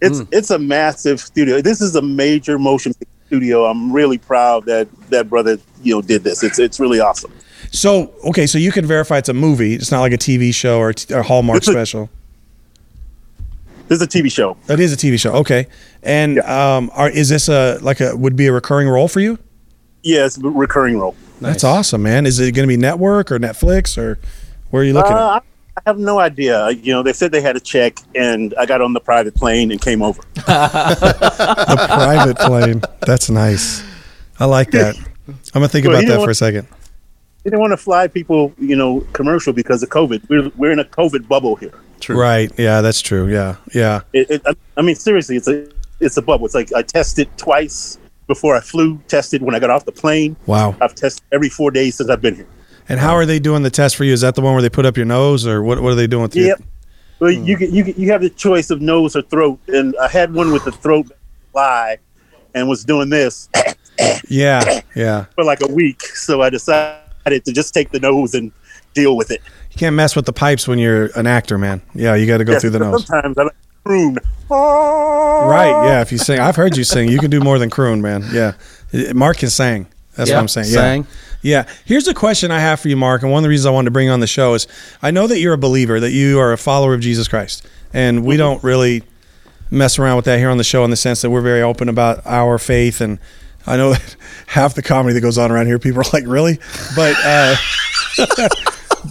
[SPEAKER 11] It's
[SPEAKER 2] Mm.
[SPEAKER 11] it's a massive studio. This is a major motion picture studio. I'm really proud that that brother you know did this. It's it's really awesome.
[SPEAKER 2] So okay, so you can verify it's a movie. It's not like a TV show or a, t- or Hallmark special.
[SPEAKER 11] This is a TV show.
[SPEAKER 2] It is a TV show. Okay, and um, are, is this a like a would be a recurring role for you?
[SPEAKER 11] Yeah, it's a recurring role.
[SPEAKER 2] That's awesome, man. Is it going to be network or Netflix or where are you looking?
[SPEAKER 11] Uh, I I have no idea. You know, they said they had a check, and I got on the private plane and came over.
[SPEAKER 2] at? The private plane. That's nice. I like that. I'm gonna think
[SPEAKER 11] Well,
[SPEAKER 2] about
[SPEAKER 11] you know
[SPEAKER 2] that for a
[SPEAKER 11] what-
[SPEAKER 2] second.
[SPEAKER 11] They didn't want to fly people, you know, commercial because of COVID. We're we're in a COVID bubble here.
[SPEAKER 2] Right? Yeah, that's true. Yeah, yeah.
[SPEAKER 11] It, it, I- I mean, seriously, it's a it's a bubble. It's like I tested twice before I flew. Tested when I got off the plane.
[SPEAKER 2] Wow.
[SPEAKER 11] I've tested every four days since I've been here.
[SPEAKER 2] And how are they doing the test for you? Is that the one where they put up your nose, or what? What are they doing with you?
[SPEAKER 11] Yep. Well,
[SPEAKER 2] Hmm.
[SPEAKER 11] you get, you get, you have the choice of nose or throat, and I had one with the throat lie, and was doing this
[SPEAKER 2] Yeah, yeah.
[SPEAKER 11] for like a week. So I decided to just take the nose and deal with it.
[SPEAKER 2] You can't mess with the pipes when you're an actor, man. Yeah, you got to go
[SPEAKER 11] Yeah,
[SPEAKER 2] through the
[SPEAKER 11] so
[SPEAKER 2] nose.
[SPEAKER 11] Sometimes I like, croon.
[SPEAKER 2] Right. Yeah. If you sing, I've heard you sing. You can do more than croon, man. Yeah. Mark can sing. That's
[SPEAKER 3] Yeah,
[SPEAKER 2] what I'm saying. Yeah.
[SPEAKER 3] sang.
[SPEAKER 2] Yeah. Here's a question I have for you, Mark. And one of the reasons I wanted to bring you on the show is I know that you're a believer, that you are a follower of Jesus Christ. And we don't really mess around with that here on the show in the sense that we're very open about our faith. And I know that half the comedy that goes on around here, people are like, really? But, uh,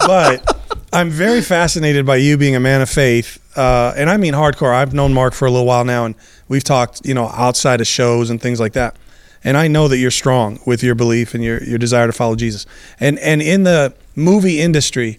[SPEAKER 2] but I'm very fascinated by you being a man of faith, uh, and I mean hardcore. I've known Mark for a little while now, and we've talked, you know, outside of shows and things like that. And I know that you're strong with your belief and your your desire to follow Jesus. And and in the movie industry,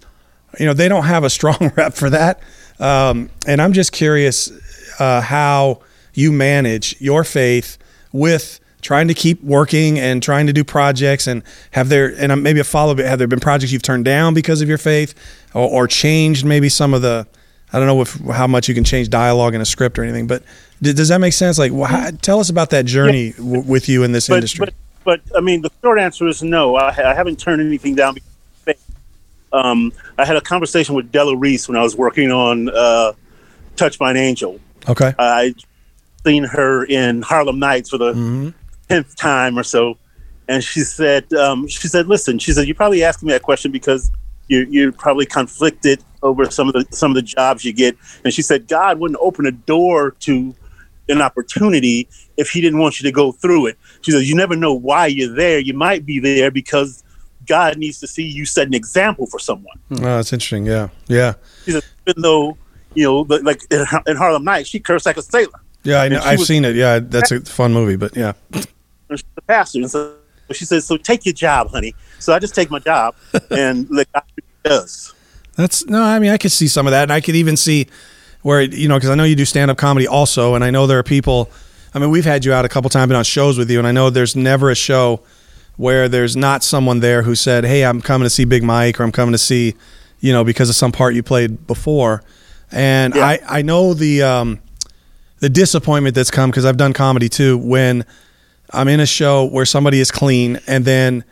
[SPEAKER 2] you know, they don't have a strong rep for that. Um, and I'm just curious uh, how you manage your faith with trying to keep working and trying to do projects and have there and uh, maybe a follow up have there been projects you've turned down because of your faith or, or changed maybe some of the I don't know if, how much you can change dialogue in a script or anything but d- does that make sense like wh- how, tell us about that journey w- with you in this
[SPEAKER 11] but,
[SPEAKER 2] industry
[SPEAKER 11] But, but I mean, the short answer is no. I, I haven't turned anything down. Because of faith. um, I had a conversation with Della Reese when I was working on uh, "Touch by an Angel."
[SPEAKER 2] okay
[SPEAKER 11] I seen her in Harlem Nights for the tenth time or so, and she said, um, "She said, listen, she said you're probably asking me that question because you, you're probably conflicted over some of the some of the jobs you get." And she said, "God wouldn't open a door to an opportunity if He didn't want you to go through it." She said, "You never know why you're there. You might be there because God needs to see you set an example for someone."
[SPEAKER 2] oh, that's interesting yeah yeah
[SPEAKER 11] She said, "Even though." You know, the- like in Har- in Harlem Nights, she cursed like a sailor.
[SPEAKER 2] yeah I know,
[SPEAKER 11] And she
[SPEAKER 2] I've
[SPEAKER 11] was-
[SPEAKER 2] seen it yeah that's a fun movie but yeah
[SPEAKER 11] and she's a pastor. And so she says, "So take your job, honey." So I just take my job, and like God does.
[SPEAKER 2] That's no, I mean, I could see some of that, and I could even see where you know, because I know you do stand up comedy also, and I know there are people. I mean, we've had you out a couple times been on shows with you, and I know there's never a show where there's not someone there who said, "Hey, I'm coming to see Big Mike," or "I'm coming to see," you know, because of some part you played before. And I, I know the um, the disappointment that's come because I've done comedy too when I'm in a show where somebody is clean and then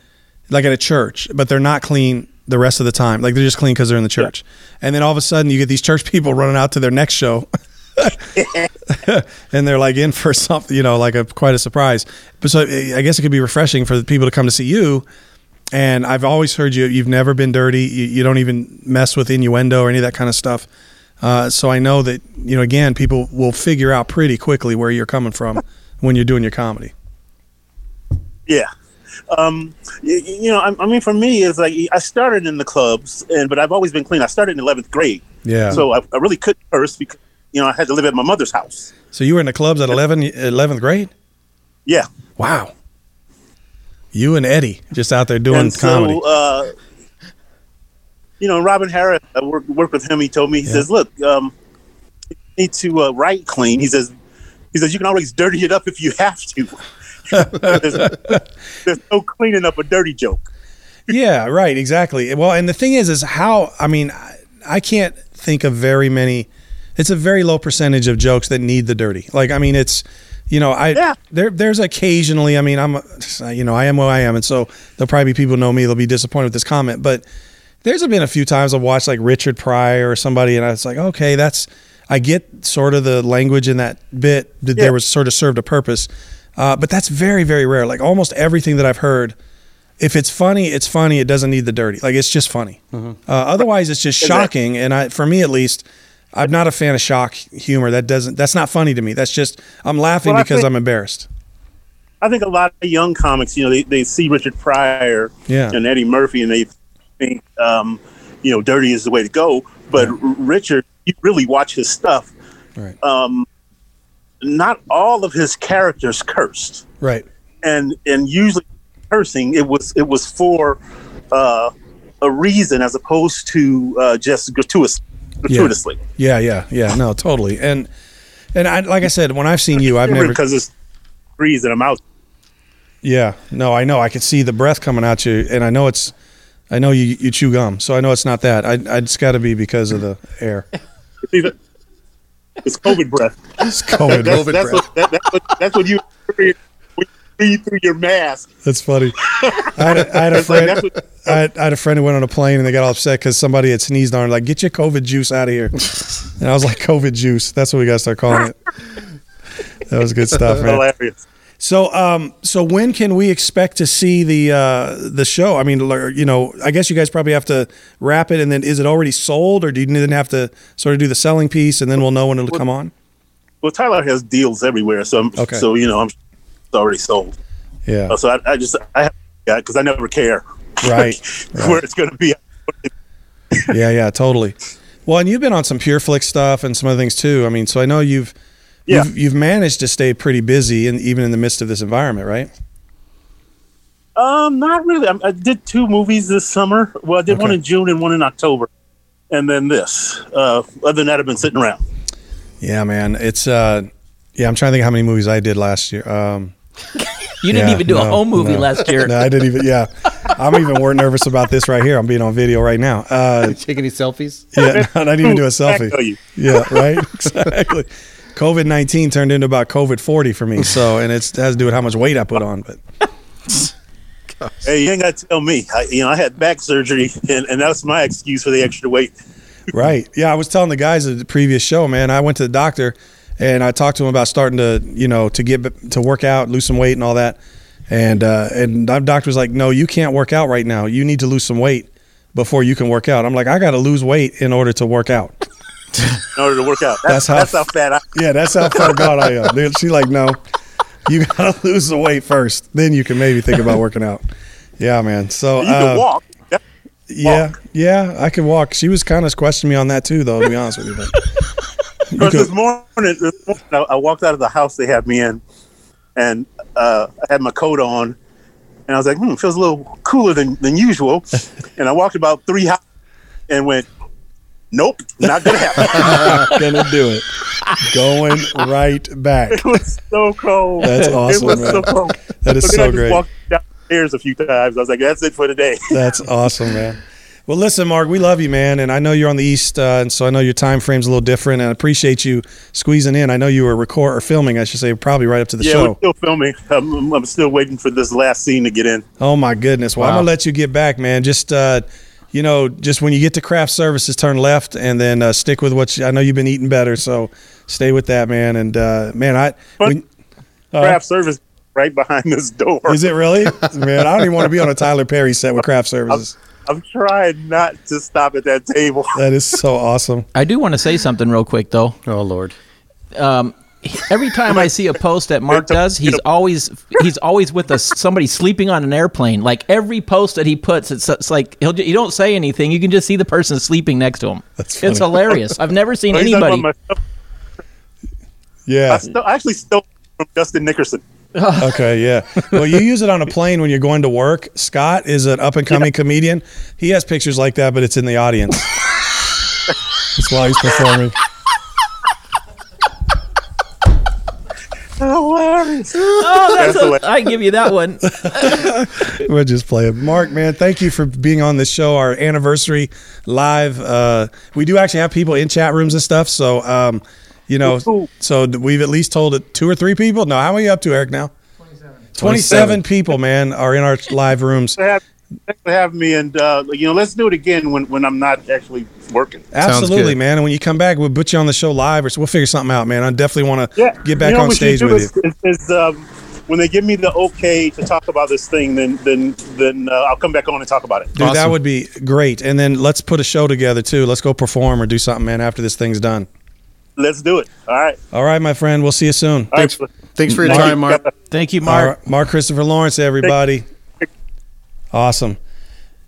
[SPEAKER 2] like at a church, but they're not clean the rest of the time. Like they're just clean because they're in the church. And then all of a sudden you get these church people running out to their next show and they're like in for something, you know, like a quite a surprise. But so I guess it could be refreshing for the people to come to see you. And I've always heard you, you've never been dirty. You, you don't even mess with innuendo or any of that kind of stuff. Uh, so I know that, you know, again, people will figure out pretty quickly where you're coming from when you're doing your comedy.
[SPEAKER 11] Yeah. Um, you, you know, I, I mean, for me, it's like I started in the clubs, and but I've always been clean. I started in eleventh grade,
[SPEAKER 2] Yeah.
[SPEAKER 11] so I, I really couldn't curse because you know I had to live at my mother's house.
[SPEAKER 2] So you were in the clubs at 11, 11th grade?
[SPEAKER 11] Yeah,
[SPEAKER 2] Wow. You and Eddie just out there doing
[SPEAKER 11] and
[SPEAKER 2] comedy.
[SPEAKER 11] so uh, you know, Robin Harris, I worked worked with him. He told me, he says, "Look, um, you need to uh, write clean." He says, "He says you can always dirty it up if you have to." there's, there's no cleaning up a dirty joke.
[SPEAKER 2] yeah, right, exactly. Well, and the thing is, is how I mean, I, I can't think of very many. It's a very low percentage of jokes that need the dirty. Like, I mean, it's you know, I there there's occasionally. I mean, I'm a- you know, I am what I am, and so there'll probably be people who know me. They'll be disappointed with this comment, but there's been a few times I've watched like Richard Pryor or somebody, and I was like, okay, that's I get sort of the language in that bit that there was sort of served a purpose, uh, but that's very very rare. Like almost everything that I've heard if it's funny, it's funny. It doesn't need the dirty. Like it's just funny.
[SPEAKER 11] Mm-hmm.
[SPEAKER 2] Uh, otherwise, it's just shocking. And I, for me at least, I'm not a fan of shock humor. That doesn't. That's not funny to me. That's just I'm laughing
[SPEAKER 11] Well, I
[SPEAKER 2] because
[SPEAKER 11] think-
[SPEAKER 2] I'm embarrassed.
[SPEAKER 11] I think a lot of young comics, you know, they, they see Richard Pryor
[SPEAKER 2] Yeah.
[SPEAKER 11] and Eddie Murphy and they think, um, you know, dirty is the way to go. But R- Richard, you really watch his stuff.
[SPEAKER 2] Right.
[SPEAKER 11] Um, not all of his characters cursed.
[SPEAKER 2] Right.
[SPEAKER 11] And and usually cursing it was it was for uh, a reason as opposed to uh, just gratuitous, gratuitously.
[SPEAKER 2] Yeah. Yeah. Yeah. No. Totally. And and I like I said when I've seen you, I've never.
[SPEAKER 11] because it's reason I'm out.
[SPEAKER 2] Yeah. No. I know. I could see the breath coming out you, and I know it's. I know you, you chew gum, so I know it's not that. I, I it's got to be because of the air.
[SPEAKER 11] It's COVID breath.
[SPEAKER 2] It's COVID
[SPEAKER 11] that's,
[SPEAKER 2] breath.
[SPEAKER 11] That's what, that, that's, what, that's what you experience when see through your mask.
[SPEAKER 2] That's funny. I had a, I had a
[SPEAKER 11] It's like,
[SPEAKER 2] friend.
[SPEAKER 11] that's what-
[SPEAKER 2] I, had, I had a friend who went on a plane and they got all upset because somebody had sneezed on her. Like, get your COVID juice out of here. and I was like, COVID juice. That's what we got to start calling it. That was good stuff, man.
[SPEAKER 11] Hilarious.
[SPEAKER 2] So, um, so when can we expect to see the uh, the show? I mean, lear- you know, I guess you guys probably have to wrap it, and then is it already sold, or do you then have to sort of do the selling piece, and then we'll know when it'll come on?
[SPEAKER 11] Well, Tyler has deals everywhere, so I'm,
[SPEAKER 2] Okay.
[SPEAKER 11] so you know I'm it's already sold.
[SPEAKER 2] Yeah.
[SPEAKER 11] Uh, so I, I just I have because I never care.
[SPEAKER 2] Right,
[SPEAKER 11] where it's going to be.
[SPEAKER 2] yeah, yeah, totally. Well, and you've been on some Pure Flick stuff and some other things too. I mean, so I know you've
[SPEAKER 11] Yeah.
[SPEAKER 2] you've, you've managed to stay pretty busy, and even in the midst of this environment, right?
[SPEAKER 11] Um, not really. I, I did two movies this summer. Well, I did one in June and one in October, and then this. Uh, other than that, I've been sitting around.
[SPEAKER 2] Yeah, man. It's uh, yeah. I'm trying to think how many movies I did last year. Um,
[SPEAKER 5] You didn't even do a home movie
[SPEAKER 2] no.
[SPEAKER 5] last year.
[SPEAKER 2] No, I didn't even. Yeah, I'm even more nervous about this right here. I'm being on video right now. Uh,
[SPEAKER 3] Take any selfies?
[SPEAKER 2] yeah, no, not even do a
[SPEAKER 3] Back on
[SPEAKER 2] selfie.
[SPEAKER 3] you.
[SPEAKER 2] Yeah, right. Exactly. COVID 19 turned into about COVID 40 for me. So, and it's, it has to do with how much weight I put on. But
[SPEAKER 11] Hey, you ain't got to tell me. I, you know, I had back surgery, and, and that's my excuse for the extra weight.
[SPEAKER 2] Right. Yeah, I was telling the guys at the previous show, man. I went to the doctor and I talked to him about starting to, you know, to get b- to work out, lose some weight, and all that. And uh, and the doctor was like, "No, you can't work out right now. You need to lose some weight before you can work out." I'm like, "I got to lose weight in order to work out."
[SPEAKER 11] in order to work out.
[SPEAKER 2] That's
[SPEAKER 11] That's,
[SPEAKER 2] how-
[SPEAKER 11] that's how, fat I.
[SPEAKER 2] Yeah, that's how far gone I am. Dude, she like, "No, you got to lose the weight first, then you can maybe think about working out." Yeah, man. So
[SPEAKER 11] You can
[SPEAKER 2] uh,
[SPEAKER 11] walk.
[SPEAKER 2] Yeah, yeah, I can walk. She was kind of questioning me on that too, though. To be honest with you, but you
[SPEAKER 11] Because
[SPEAKER 2] could-
[SPEAKER 11] this morning, this morning I, I walked out of the house they had me in, and uh, I had my coat on, and I was like, "Hmm, feels a little cooler than, than usual." and I walked about three houses and went, "Nope, not gonna happen."
[SPEAKER 2] gonna do it. Going right back.
[SPEAKER 11] it was so cold.
[SPEAKER 2] That's awesome,
[SPEAKER 11] It was
[SPEAKER 2] man.
[SPEAKER 11] so cold.
[SPEAKER 2] That is
[SPEAKER 11] But then
[SPEAKER 2] so
[SPEAKER 11] I just
[SPEAKER 2] great.
[SPEAKER 11] Walked downstairs a few times. I was like, "That's it for today."
[SPEAKER 2] That's awesome, man. Well, listen, Mark, we love you, man, and I know you're on the East, uh, and so I know your time frame's a little different, and I appreciate you squeezing in. I know you were record or filming, I should say, probably right up to the
[SPEAKER 11] yeah, we're
[SPEAKER 2] show.
[SPEAKER 11] still filming. I'm, I'm still waiting for this last scene to get in.
[SPEAKER 2] Oh my goodness! Well, I'm
[SPEAKER 11] Wow.
[SPEAKER 2] gonna let you get back, man. Just uh, you know, just when you get to craft services, turn left, and then uh, stick with what you, I know you've been eating better, so stay with that, man. And uh, man, I when,
[SPEAKER 11] Craft service right behind this door.
[SPEAKER 2] is it really, man? I don't even want to be on a Tyler Perry set with craft services.
[SPEAKER 11] I'm trying not to stop at that table.
[SPEAKER 2] That is so awesome.
[SPEAKER 5] I do want to say something real quick, though.
[SPEAKER 3] Oh Lord!
[SPEAKER 5] Um, he- every time I see a post that Mark does, he's always he's always with us. Somebody sleeping on an airplane. Like every post that he puts, it's, it's like he'll ju- you don't say anything. You can just see the person sleeping next to him.
[SPEAKER 2] funny.
[SPEAKER 5] It's hilarious. I've never seen
[SPEAKER 11] Oh, he's talking
[SPEAKER 5] anybody.
[SPEAKER 11] about my-
[SPEAKER 2] Yeah.
[SPEAKER 11] I, sto- I actually stole it from Justin Nickerson.
[SPEAKER 2] okay, yeah. Well, you use it on a plane when you're going to work. Scott is an up and coming comedian. He has pictures like that, but it's in the audience. That's why he's performing.
[SPEAKER 11] Hilarious.
[SPEAKER 5] Oh, that's
[SPEAKER 2] That's the way-
[SPEAKER 5] a, I give you that one.
[SPEAKER 2] We'll just play it. Mark, man, thank you for being on this show, our anniversary live. Uh, we do actually have people in chat rooms and stuff. So, um, you know, so we've at least told it two or three people. No, how are you up to, Eric, now? 27. 27 people, man, are in our live rooms.
[SPEAKER 11] Thanks for having me, and uh, you know, let's do it again when, when I'm not actually working.
[SPEAKER 2] Absolutely, man. And when you come back, we'll put you on the show live, or so we'll figure something out, man. I definitely want to get back
[SPEAKER 11] You know
[SPEAKER 2] on
[SPEAKER 11] what you
[SPEAKER 2] stage
[SPEAKER 11] do
[SPEAKER 2] with
[SPEAKER 11] is-
[SPEAKER 2] you.
[SPEAKER 11] is- is, um, when they give me the okay to talk about this thing, then then then uh, I'll come back on and talk about it.
[SPEAKER 2] Dude, that would be great. And then let's put a show together too. Let's go perform or do something, man. After this thing's done.
[SPEAKER 11] Let's do it. All right.
[SPEAKER 2] All right, my friend. We'll see you soon.
[SPEAKER 11] All right. Thanks for- thanks for your time, Mark.
[SPEAKER 5] Thank you,
[SPEAKER 2] Mark. Mark Christopher Lawrence, everybody. Awesome.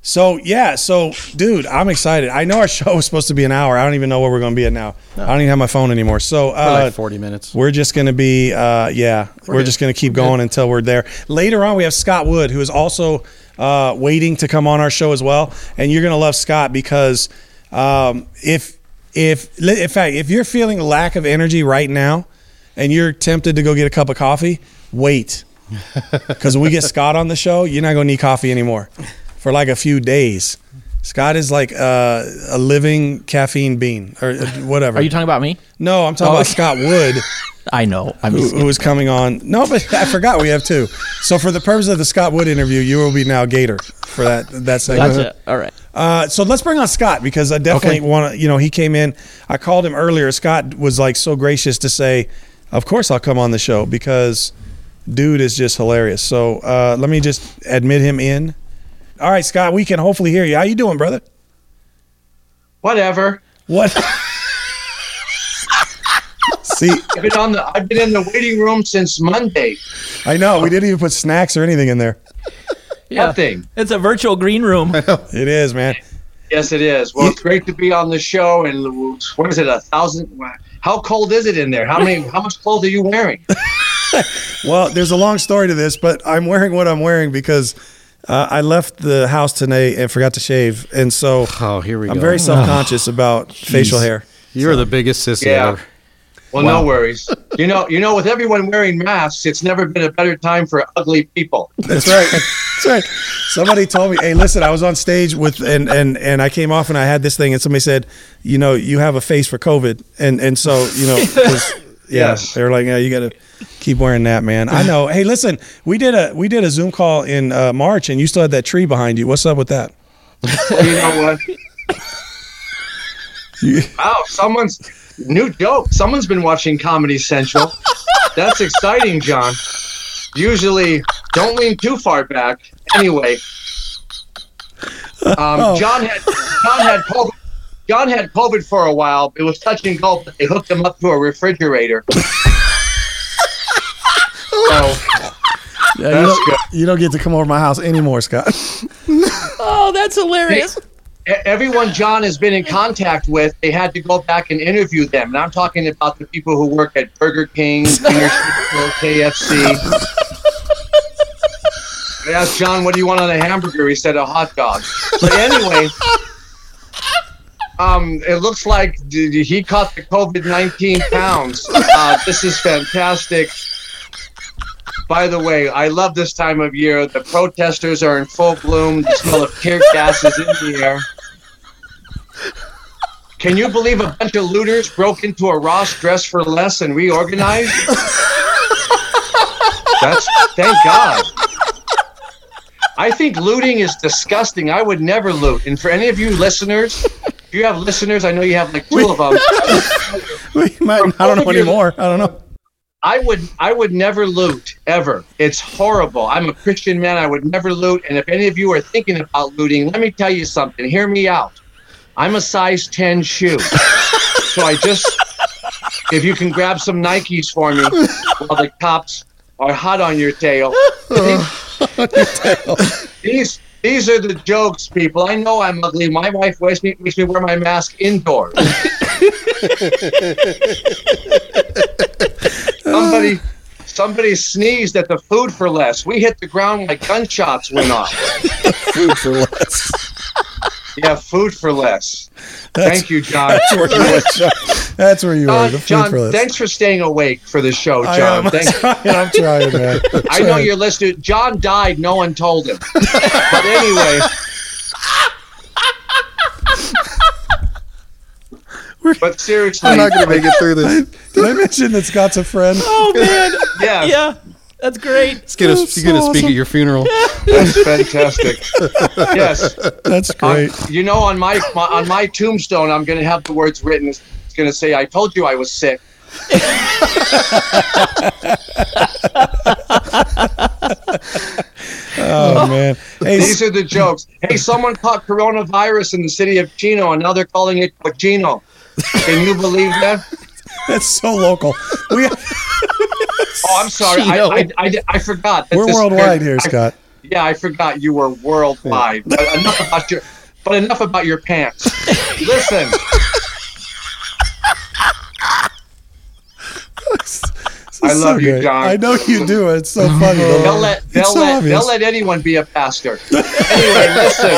[SPEAKER 2] So yeah, so dude, I'm excited. I know our show was supposed to be an hour. I don't even know where we're going to be at now. I don't even have my phone anymore. So
[SPEAKER 3] We're
[SPEAKER 2] uh,
[SPEAKER 3] like 40 minutes.
[SPEAKER 2] We're just going to be, uh, yeah, we're,
[SPEAKER 3] We're good.
[SPEAKER 2] just going to keep going until we're there. Later on, we have Scott Wood, who is also uh, waiting to come on our show as well. And you're going to love Scott because um, if, if, li- in fact, if you're feeling lack of energy right now and you're tempted to go get a cup of coffee, wait. Because when we get Scott on the show, you're not going to need coffee anymore for like a few days. Scott is like uh, a living caffeine bean or uh, whatever.
[SPEAKER 5] Are you talking about me?
[SPEAKER 2] No, I'm talking
[SPEAKER 5] Oh,
[SPEAKER 2] about
[SPEAKER 5] okay.
[SPEAKER 2] Scott Wood.
[SPEAKER 5] I know. I'm
[SPEAKER 2] who,
[SPEAKER 5] just
[SPEAKER 2] who is coming on? No, but I forgot we have two. So for the purpose of the Scott Wood interview, you will be now Gator for that that segment.
[SPEAKER 5] Gotcha. All right.
[SPEAKER 2] Uh, so let's bring on Scott because I definitely
[SPEAKER 5] Okay.
[SPEAKER 2] want to. You know, he came in. I called him earlier. Scott was like so gracious to say, "Of course I'll come on the show because dude is just hilarious." So uh, let me just admit him in. All right, Scott, we can hopefully hear you. How you doing, brother?
[SPEAKER 12] Whatever.
[SPEAKER 2] What? See,
[SPEAKER 12] I've been on the I've been in the waiting room since Monday.
[SPEAKER 2] I know we didn't even put snacks or anything in there.
[SPEAKER 12] Nothing.
[SPEAKER 5] It's a virtual green room.
[SPEAKER 2] It is, man.
[SPEAKER 12] Yes, it is. Well, it's great to be on the show. And what is it? A thousand? How cold is it in there? How many? How much clothes are you wearing?
[SPEAKER 2] Well, there's a long story to this, but I'm wearing what I'm wearing because uh, I left the house today and forgot to shave, and so
[SPEAKER 3] oh, here we
[SPEAKER 2] I'm
[SPEAKER 3] go.
[SPEAKER 2] very self conscious about facial
[SPEAKER 3] Jeez.
[SPEAKER 2] hair.
[SPEAKER 3] You're the biggest sissy
[SPEAKER 12] Yeah.
[SPEAKER 3] ever.
[SPEAKER 12] Well,
[SPEAKER 3] Wow.
[SPEAKER 12] no worries. You know, you know, with everyone wearing masks, it's never been a better time for ugly people.
[SPEAKER 2] That's right. That's right. Somebody told me, "Hey, listen, I was on stage with and and and I came off and I had this thing, and somebody said, you know, you have a face for COVID, and and so you know, 'cause- yeah,
[SPEAKER 12] Yes.
[SPEAKER 2] they're like, yeah, you got to keep wearing that, man. I know. Hey, listen, we did a we did a Zoom call in uh, March, and you still had that tree behind you. What's up with that?
[SPEAKER 12] you know what? wow, someone's new joke. Someone's been watching Comedy Central. That's exciting, John. Usually, don't lean too far back. Anyway, um, John had John had COVID. John had COVID for a while. It was touch and go. But they hooked him up to a refrigerator. so,
[SPEAKER 2] Yeah, you, don't, you don't get to come over to my house anymore, Scott.
[SPEAKER 5] Oh, that's hilarious.
[SPEAKER 12] E- everyone John has been in contact with, they had to go back and interview them. And I'm talking about the people who work at Burger King, Skinner's, KFC. They asked John, "What do you want on a hamburger?" He said, "A hot dog." But anyway, um, it looks like d- d- he caught the COVID nineteen pounds. Uh, this is fantastic. By the way, I love this time of year. The protesters are in full bloom. The smell of tear gas is in the air. Can you believe a bunch of looters broke into a Ross Dress for Less and reorganized? That's thank God. I think looting is disgusting. I would never loot. And for any of you listeners, if you have listeners, I know you have like two of them.
[SPEAKER 2] we might, I don't know anymore. I don't know.
[SPEAKER 12] I would I would never loot ever. It's horrible. I'm a Christian man. I would never loot. And if any of you are thinking about looting, let me tell you something. Hear me out. I'm a size 10 shoe. so I just if you can grab some Nikes for me while the cops are hot on your tail. These these are the jokes, people. I know I'm ugly. My wife makes me, makes me wear my mask indoors. somebody somebody sneezed at the food for less. We hit the ground like gunshots went off.
[SPEAKER 2] food for less.
[SPEAKER 12] Yeah, food for less.
[SPEAKER 2] That's-
[SPEAKER 12] Thank you, John.
[SPEAKER 2] That's where you were. John. That's where you were.
[SPEAKER 12] Uh, John,
[SPEAKER 2] The food
[SPEAKER 12] Uh, John,
[SPEAKER 2] for less.
[SPEAKER 12] thanks for staying awake for the show,
[SPEAKER 2] I
[SPEAKER 12] John.
[SPEAKER 2] am.
[SPEAKER 12] Thank
[SPEAKER 2] I'm trying, man. I'm
[SPEAKER 12] I know
[SPEAKER 2] trying.
[SPEAKER 12] you're listening. John died. No one told him. but anyway. but seriously,
[SPEAKER 3] I'm not gonna make it through this.
[SPEAKER 2] Did I mention that Scott's a friend?
[SPEAKER 5] Oh man.
[SPEAKER 12] Yeah,
[SPEAKER 5] yeah. That's great.
[SPEAKER 3] It's gonna,
[SPEAKER 2] That's
[SPEAKER 3] it's gonna
[SPEAKER 2] so
[SPEAKER 3] speak at
[SPEAKER 2] awesome.
[SPEAKER 3] your funeral.
[SPEAKER 12] that's fantastic. yes,
[SPEAKER 2] That's great.
[SPEAKER 12] you know, on my, my on my tombstone, I'm going to have the words written. It's going to say, "I told you I was sick."
[SPEAKER 2] Oh man. Hey,
[SPEAKER 12] These are the jokes. Hey, someone caught coronavirus in the city of Chino, and now they're calling it Pacino. Can you believe that?
[SPEAKER 2] that's so local. We
[SPEAKER 12] Oh, I'm sorry. I,
[SPEAKER 3] Chino.
[SPEAKER 12] I, I, I forgot. That's
[SPEAKER 2] we're
[SPEAKER 12] just-
[SPEAKER 2] worldwide here,
[SPEAKER 12] I-
[SPEAKER 2] Scott.
[SPEAKER 12] yeah, I forgot you were worldwide. But enough about your, but enough about your pants. Listen,
[SPEAKER 2] This is
[SPEAKER 12] I love you,
[SPEAKER 2] great.
[SPEAKER 12] John.
[SPEAKER 2] I know you do. It's so funny.
[SPEAKER 12] they'll let they'll
[SPEAKER 2] Oh. it's so
[SPEAKER 12] let
[SPEAKER 2] obvious.
[SPEAKER 12] they'll let anyone be a pastor. Anyway, listen.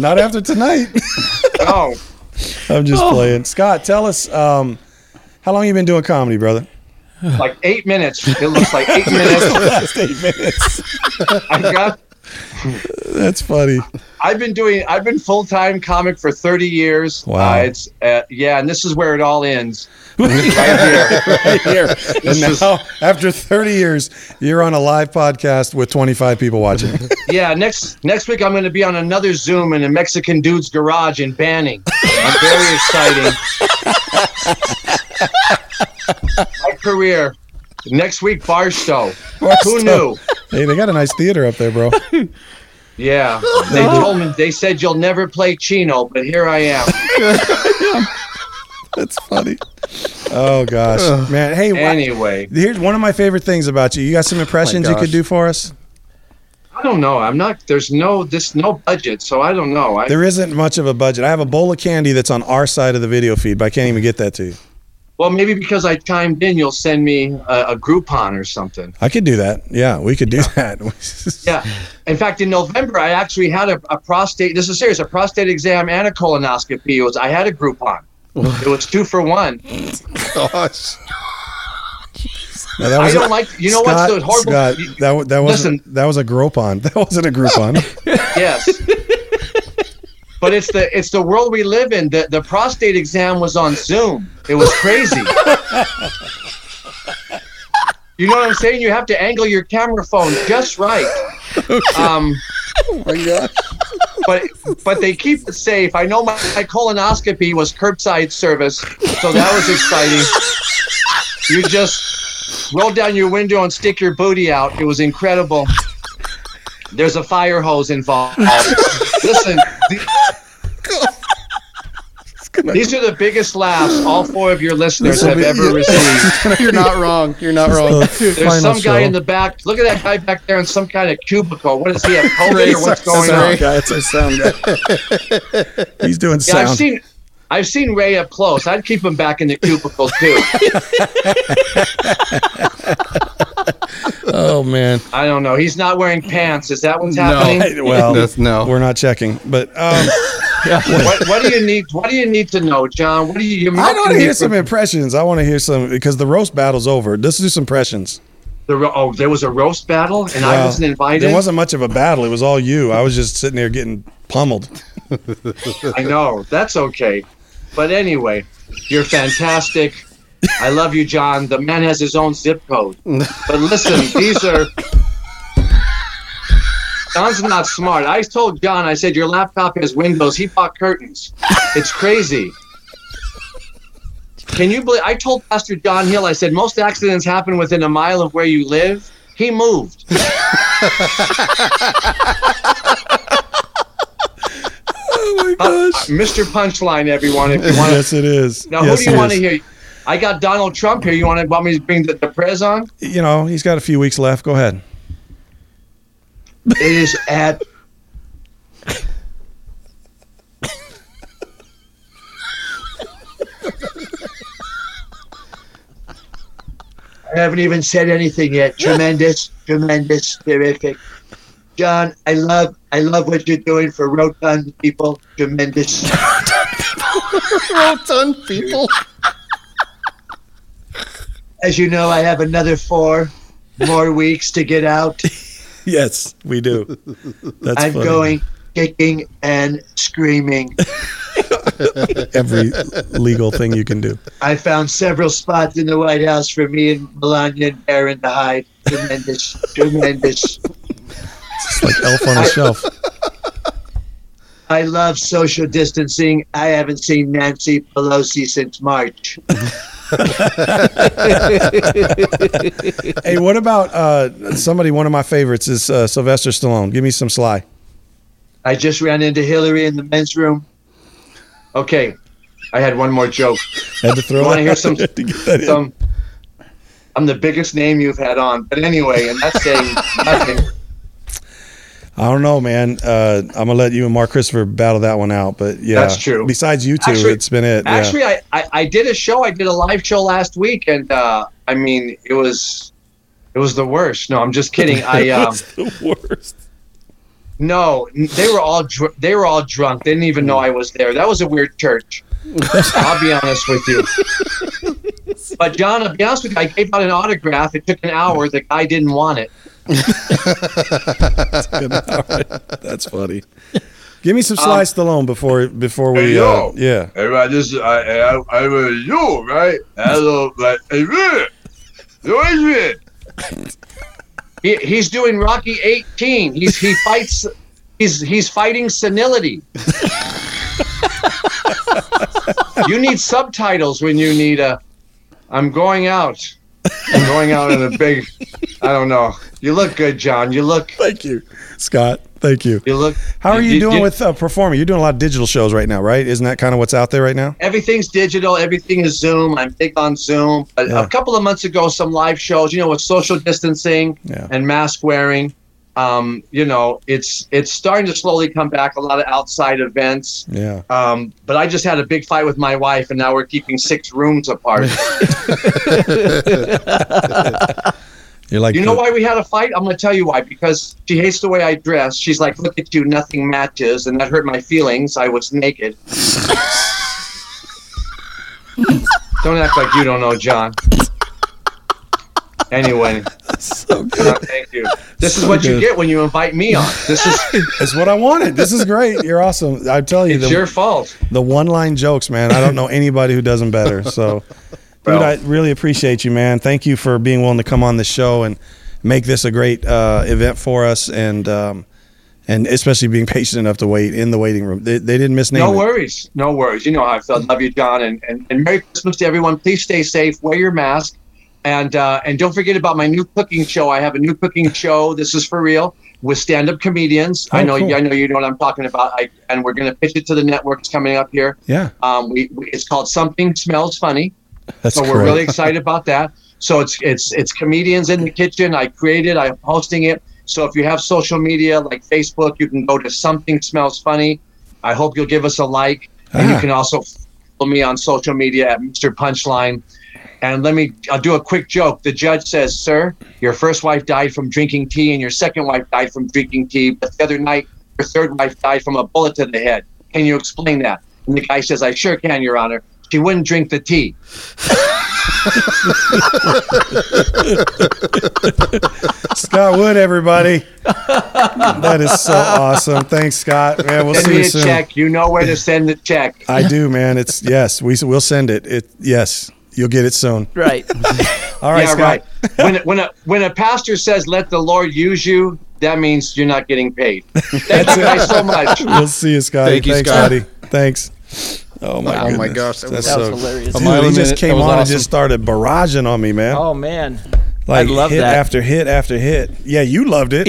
[SPEAKER 2] Not after tonight.
[SPEAKER 12] Oh,
[SPEAKER 2] I'm just playing. Scott, tell us um, how long you been doing comedy, brother?
[SPEAKER 12] like eight minutes. It looks like eight minutes.
[SPEAKER 2] Last eight minutes.
[SPEAKER 12] I got
[SPEAKER 2] That's funny.
[SPEAKER 12] I've been doing. I've been full time comic for thirty years.
[SPEAKER 2] Wow.
[SPEAKER 12] Uh, it's uh, yeah, and this is where it all ends. right here.
[SPEAKER 2] right here. And
[SPEAKER 12] This is-
[SPEAKER 2] now, after 30 years, you're on a live podcast with 25 people watching.
[SPEAKER 12] yeah, next next week I'm going to be on another Zoom in a Mexican dude's garage in Banning. I'm very exciting. My career. Next week Barstow. Who knew?
[SPEAKER 2] Hey, they got a nice theater up there, bro.
[SPEAKER 12] Yeah, they told me they said you'll never play Chino, but here I am.
[SPEAKER 2] That's funny. Oh gosh,
[SPEAKER 12] Ugh.
[SPEAKER 2] man. Hey, wha-
[SPEAKER 12] Anyway. Oh
[SPEAKER 2] here's one of my favorite things about you. You got some impressions you
[SPEAKER 12] gosh.
[SPEAKER 2] could do for us.
[SPEAKER 12] I don't know. I'm not. There's no. This no budget, so I don't know. I,
[SPEAKER 2] There isn't much of a budget. I have a bowl of candy that's on our side of the video feed, but I can't even get that to you.
[SPEAKER 12] well, maybe because I chimed in, you'll send me a, a Groupon or something.
[SPEAKER 2] I could do that. Yeah, we could do that.
[SPEAKER 12] Yeah. In fact, in November, I actually had a, a prostate. This is serious. A prostate exam and a colonoscopy. It was. I had a Groupon. it was two for one.
[SPEAKER 3] Gosh.
[SPEAKER 2] No, that
[SPEAKER 12] I
[SPEAKER 2] was
[SPEAKER 12] don't like- you know what's
[SPEAKER 2] Scott,
[SPEAKER 12] the horrible-
[SPEAKER 2] Scott, that wa- that wasn't that was a Groupon. That wasn't a Groupon.
[SPEAKER 12] yes. But it's the it's the world we live in. The the prostate exam was on Zoom. It was crazy. you know what I'm saying? You have to angle your camera phone just right. Um,
[SPEAKER 2] oh my god.
[SPEAKER 12] But but they keep it safe. I know my, my colonoscopy was curbside service, so that was exciting. You just roll down your window and stick your booty out. It was incredible. There's a fire hose involved. Listen, the- these are the biggest laughs all four of your listeners
[SPEAKER 3] This will
[SPEAKER 12] have
[SPEAKER 3] be-
[SPEAKER 12] ever received.
[SPEAKER 3] You're not wrong. You're not
[SPEAKER 12] This is
[SPEAKER 3] wrong.
[SPEAKER 12] the There's some guy in the back. Look at that guy back there in some kind of cubicle. What is he? A COVID or what's going on?
[SPEAKER 3] That's our sound guy.
[SPEAKER 2] He's doing
[SPEAKER 12] Yeah,
[SPEAKER 2] sound.
[SPEAKER 12] I've seen I've seen Ray up close. I'd keep him back in the cubicle too.
[SPEAKER 2] oh man.
[SPEAKER 12] I don't know. He's not wearing pants. Is that what's happening?
[SPEAKER 2] Well,
[SPEAKER 3] That's- no.
[SPEAKER 2] We're not checking, but um,
[SPEAKER 12] what, what do you need? What do you need to know, John? What do you? you're
[SPEAKER 2] I want to
[SPEAKER 12] asking
[SPEAKER 2] hear
[SPEAKER 12] me
[SPEAKER 2] some
[SPEAKER 12] for-
[SPEAKER 2] impressions. I want to hear some because the roast battle's over. Let's do some impressions.
[SPEAKER 12] The, ro- oh, there was a roast battle, and I
[SPEAKER 2] Well,
[SPEAKER 12] wasn't invited.
[SPEAKER 2] There wasn't much of a battle. It was all you. I was just sitting there getting pummeled.
[SPEAKER 12] I know that's okay, but anyway, you're fantastic. I love you, John. The man has his own zip code. But listen, these are. John's not smart. I told John, I said, your laptop has windows. He bought curtains. It's crazy. Can you believe? I told Pastor John Hill, I said, most accidents happen within a mile of where you live. He moved.
[SPEAKER 2] oh my
[SPEAKER 12] gosh. Mr. Uh, Punchline, everyone, if you want to
[SPEAKER 2] yes, it is.
[SPEAKER 12] Now,
[SPEAKER 2] Yes,
[SPEAKER 12] who do
[SPEAKER 2] it
[SPEAKER 12] you want to
[SPEAKER 2] is.
[SPEAKER 12] hear? I got Donald Trump here. You want to want me to bring the, the prez on?
[SPEAKER 2] You know, he's got a few weeks left. Go ahead.
[SPEAKER 12] It is at. I haven't even said anything yet. Tremendous, tremendous, terrific. John, I love, I love what you're doing for rotund people. Tremendous.
[SPEAKER 3] Rotund people.
[SPEAKER 12] As you know, I have another four more weeks to get out.
[SPEAKER 2] Yes, we do. That's
[SPEAKER 12] I'm
[SPEAKER 2] funny.
[SPEAKER 12] going kicking and screaming.
[SPEAKER 2] every legal thing you can do.
[SPEAKER 12] I found several spots in the White House for me and Melania and Aaron to hide. Tremendous, tremendous.
[SPEAKER 2] It's like Elf on a Shelf.
[SPEAKER 12] I love social distancing. I haven't seen Nancy Pelosi since March.
[SPEAKER 2] hey, what about uh, somebody? One of my favorites is uh, Sylvester Stallone. Give me some Sly.
[SPEAKER 12] I just ran into Hillary in the men's room. Okay, I had one more joke.
[SPEAKER 2] Had to throw.
[SPEAKER 12] You
[SPEAKER 2] it
[SPEAKER 12] want to hear
[SPEAKER 2] out
[SPEAKER 12] some?
[SPEAKER 2] there to get that in.
[SPEAKER 12] some I'm the biggest name you've had on, but anyway, and that's saying nothing.
[SPEAKER 2] I don't know, man. Uh, I'm gonna let you and Mark Christopher battle that one out, but yeah,
[SPEAKER 12] That's true.
[SPEAKER 2] Besides you two,
[SPEAKER 12] Actually-
[SPEAKER 2] it's been it. yeah.
[SPEAKER 12] Actually, I, I, I did a show. I did a live show last week, and uh, I mean, it was it was the worst. No, I'm just kidding. I um,
[SPEAKER 2] That's the worst.
[SPEAKER 12] no, n- they were all dr- they were all drunk. They didn't even know I was there. That was a weird church. I'll be honest with you. But John, I'll be honest with you. I gave out an autograph. It took an hour. The guy didn't want it.
[SPEAKER 2] That's funny. Give me some
[SPEAKER 12] Um,
[SPEAKER 2] sliced alone before before we. Uh, yeah.
[SPEAKER 13] Everybody, this is I I I was you right. Hello, like hey, man. Who is it?
[SPEAKER 12] He, he's doing Rocky 18. He's he fights. He's he's fighting senility. you need subtitles when you need a. I'm going out. I'm going out in a big. I don't know. You look good, John. You look.
[SPEAKER 2] Thank you, Scott. Thank you.
[SPEAKER 12] You look.
[SPEAKER 2] How are you,
[SPEAKER 12] you-
[SPEAKER 2] doing
[SPEAKER 12] you-
[SPEAKER 2] with uh, performing? You're doing a lot of digital shows right now, right? Isn't that kind of what's out there right now?
[SPEAKER 12] Everything's digital. Everything is Zoom. I'm big on Zoom. A,
[SPEAKER 2] Yeah.
[SPEAKER 12] a couple of months ago, some live shows. You know, with social distancing and mask wearing, um, you know, it's it's starting to slowly come back. A lot of outside events.
[SPEAKER 2] Yeah.
[SPEAKER 12] Um, but I just had a big fight with my wife, and now we're keeping six rooms apart.
[SPEAKER 2] You're like
[SPEAKER 12] you know
[SPEAKER 2] the-
[SPEAKER 12] why we had a fight? I'm going to tell you why. Because she hates the way I dress. She's like, "Look at you, nothing matches," and that hurt my feelings. I was naked. don't act like you don't know, John. Anyway,
[SPEAKER 2] so
[SPEAKER 12] good. thank you. This is
[SPEAKER 2] So
[SPEAKER 12] what
[SPEAKER 2] good.
[SPEAKER 12] you get when you invite me on. This is
[SPEAKER 2] It's what I wanted. This is great. You're awesome. I tell you,
[SPEAKER 12] It's your fault.
[SPEAKER 2] The one line jokes, man. I don't know anybody who does them better. So, dude, I really appreciate you, man. Thank you for being willing to come on the show and make this a great uh, event for us, and um, and especially being patient enough to wait in the waiting room. They, they didn't miss
[SPEAKER 12] No
[SPEAKER 2] naming.
[SPEAKER 12] worries. No worries. You know how I felt. Love you, John. And, and, and Merry Christmas to everyone. Please stay safe. Wear your mask. And uh, and don't forget about my new cooking show. I have a new cooking show. This is for real with stand up comedians. I
[SPEAKER 2] Oh,
[SPEAKER 12] know
[SPEAKER 2] cool.
[SPEAKER 12] I know you know what I'm talking about. I, and we're going to pitch it to the networks coming up here.
[SPEAKER 2] Yeah.
[SPEAKER 12] Um, we, we it's called Something Smells Funny.
[SPEAKER 2] That's
[SPEAKER 12] so we're
[SPEAKER 2] correct.
[SPEAKER 12] really excited about that. So it's it's it's comedians in the kitchen. I created. I'm hosting it. So if you have social media like Facebook, you can go to Something Smells Funny. I hope you'll give us a like, and you
[SPEAKER 2] Ah.
[SPEAKER 12] can also follow me on social media at Mr. Punchline. And let me, I'll do a quick joke. The judge says, Sir, your first wife died from drinking tea, and your second wife died from drinking tea, but the other night, your third wife died from a bullet to the head. Can you explain that? And the guy says, I sure can, Your Honor. She wouldn't drink the tea.
[SPEAKER 2] Scott Wood, everybody. that is so awesome. Thanks, Scott. Man, we'll
[SPEAKER 12] Send
[SPEAKER 2] see
[SPEAKER 12] me
[SPEAKER 2] you
[SPEAKER 12] a
[SPEAKER 2] soon.
[SPEAKER 12] check. You know where to send the check.
[SPEAKER 2] I do, man. It's yes. We we'll send it. It yes. You'll get it soon.
[SPEAKER 5] Right.
[SPEAKER 2] All right,
[SPEAKER 12] yeah,
[SPEAKER 2] Scott.
[SPEAKER 12] right. When a, when a when a pastor says, "Let the Lord use you," that means you're not getting paid. Thank you guys so much.
[SPEAKER 2] We'll see you, Scotty.
[SPEAKER 3] Thank you,
[SPEAKER 2] Thanks,
[SPEAKER 3] Scott.
[SPEAKER 2] buddy. Thanks. Oh my,
[SPEAKER 3] Wow. Oh my
[SPEAKER 2] goodness.
[SPEAKER 3] gosh, that was-
[SPEAKER 2] That's
[SPEAKER 3] that was
[SPEAKER 2] so-
[SPEAKER 3] hilarious.
[SPEAKER 2] Dude,
[SPEAKER 3] A mile a
[SPEAKER 2] he just
[SPEAKER 3] minute,
[SPEAKER 2] came
[SPEAKER 3] that
[SPEAKER 2] on
[SPEAKER 3] was
[SPEAKER 2] and just started barraging on me, man.
[SPEAKER 5] Oh man,
[SPEAKER 2] like
[SPEAKER 5] I love
[SPEAKER 2] hit
[SPEAKER 5] that.
[SPEAKER 2] after hit after hit. Yeah, you loved it.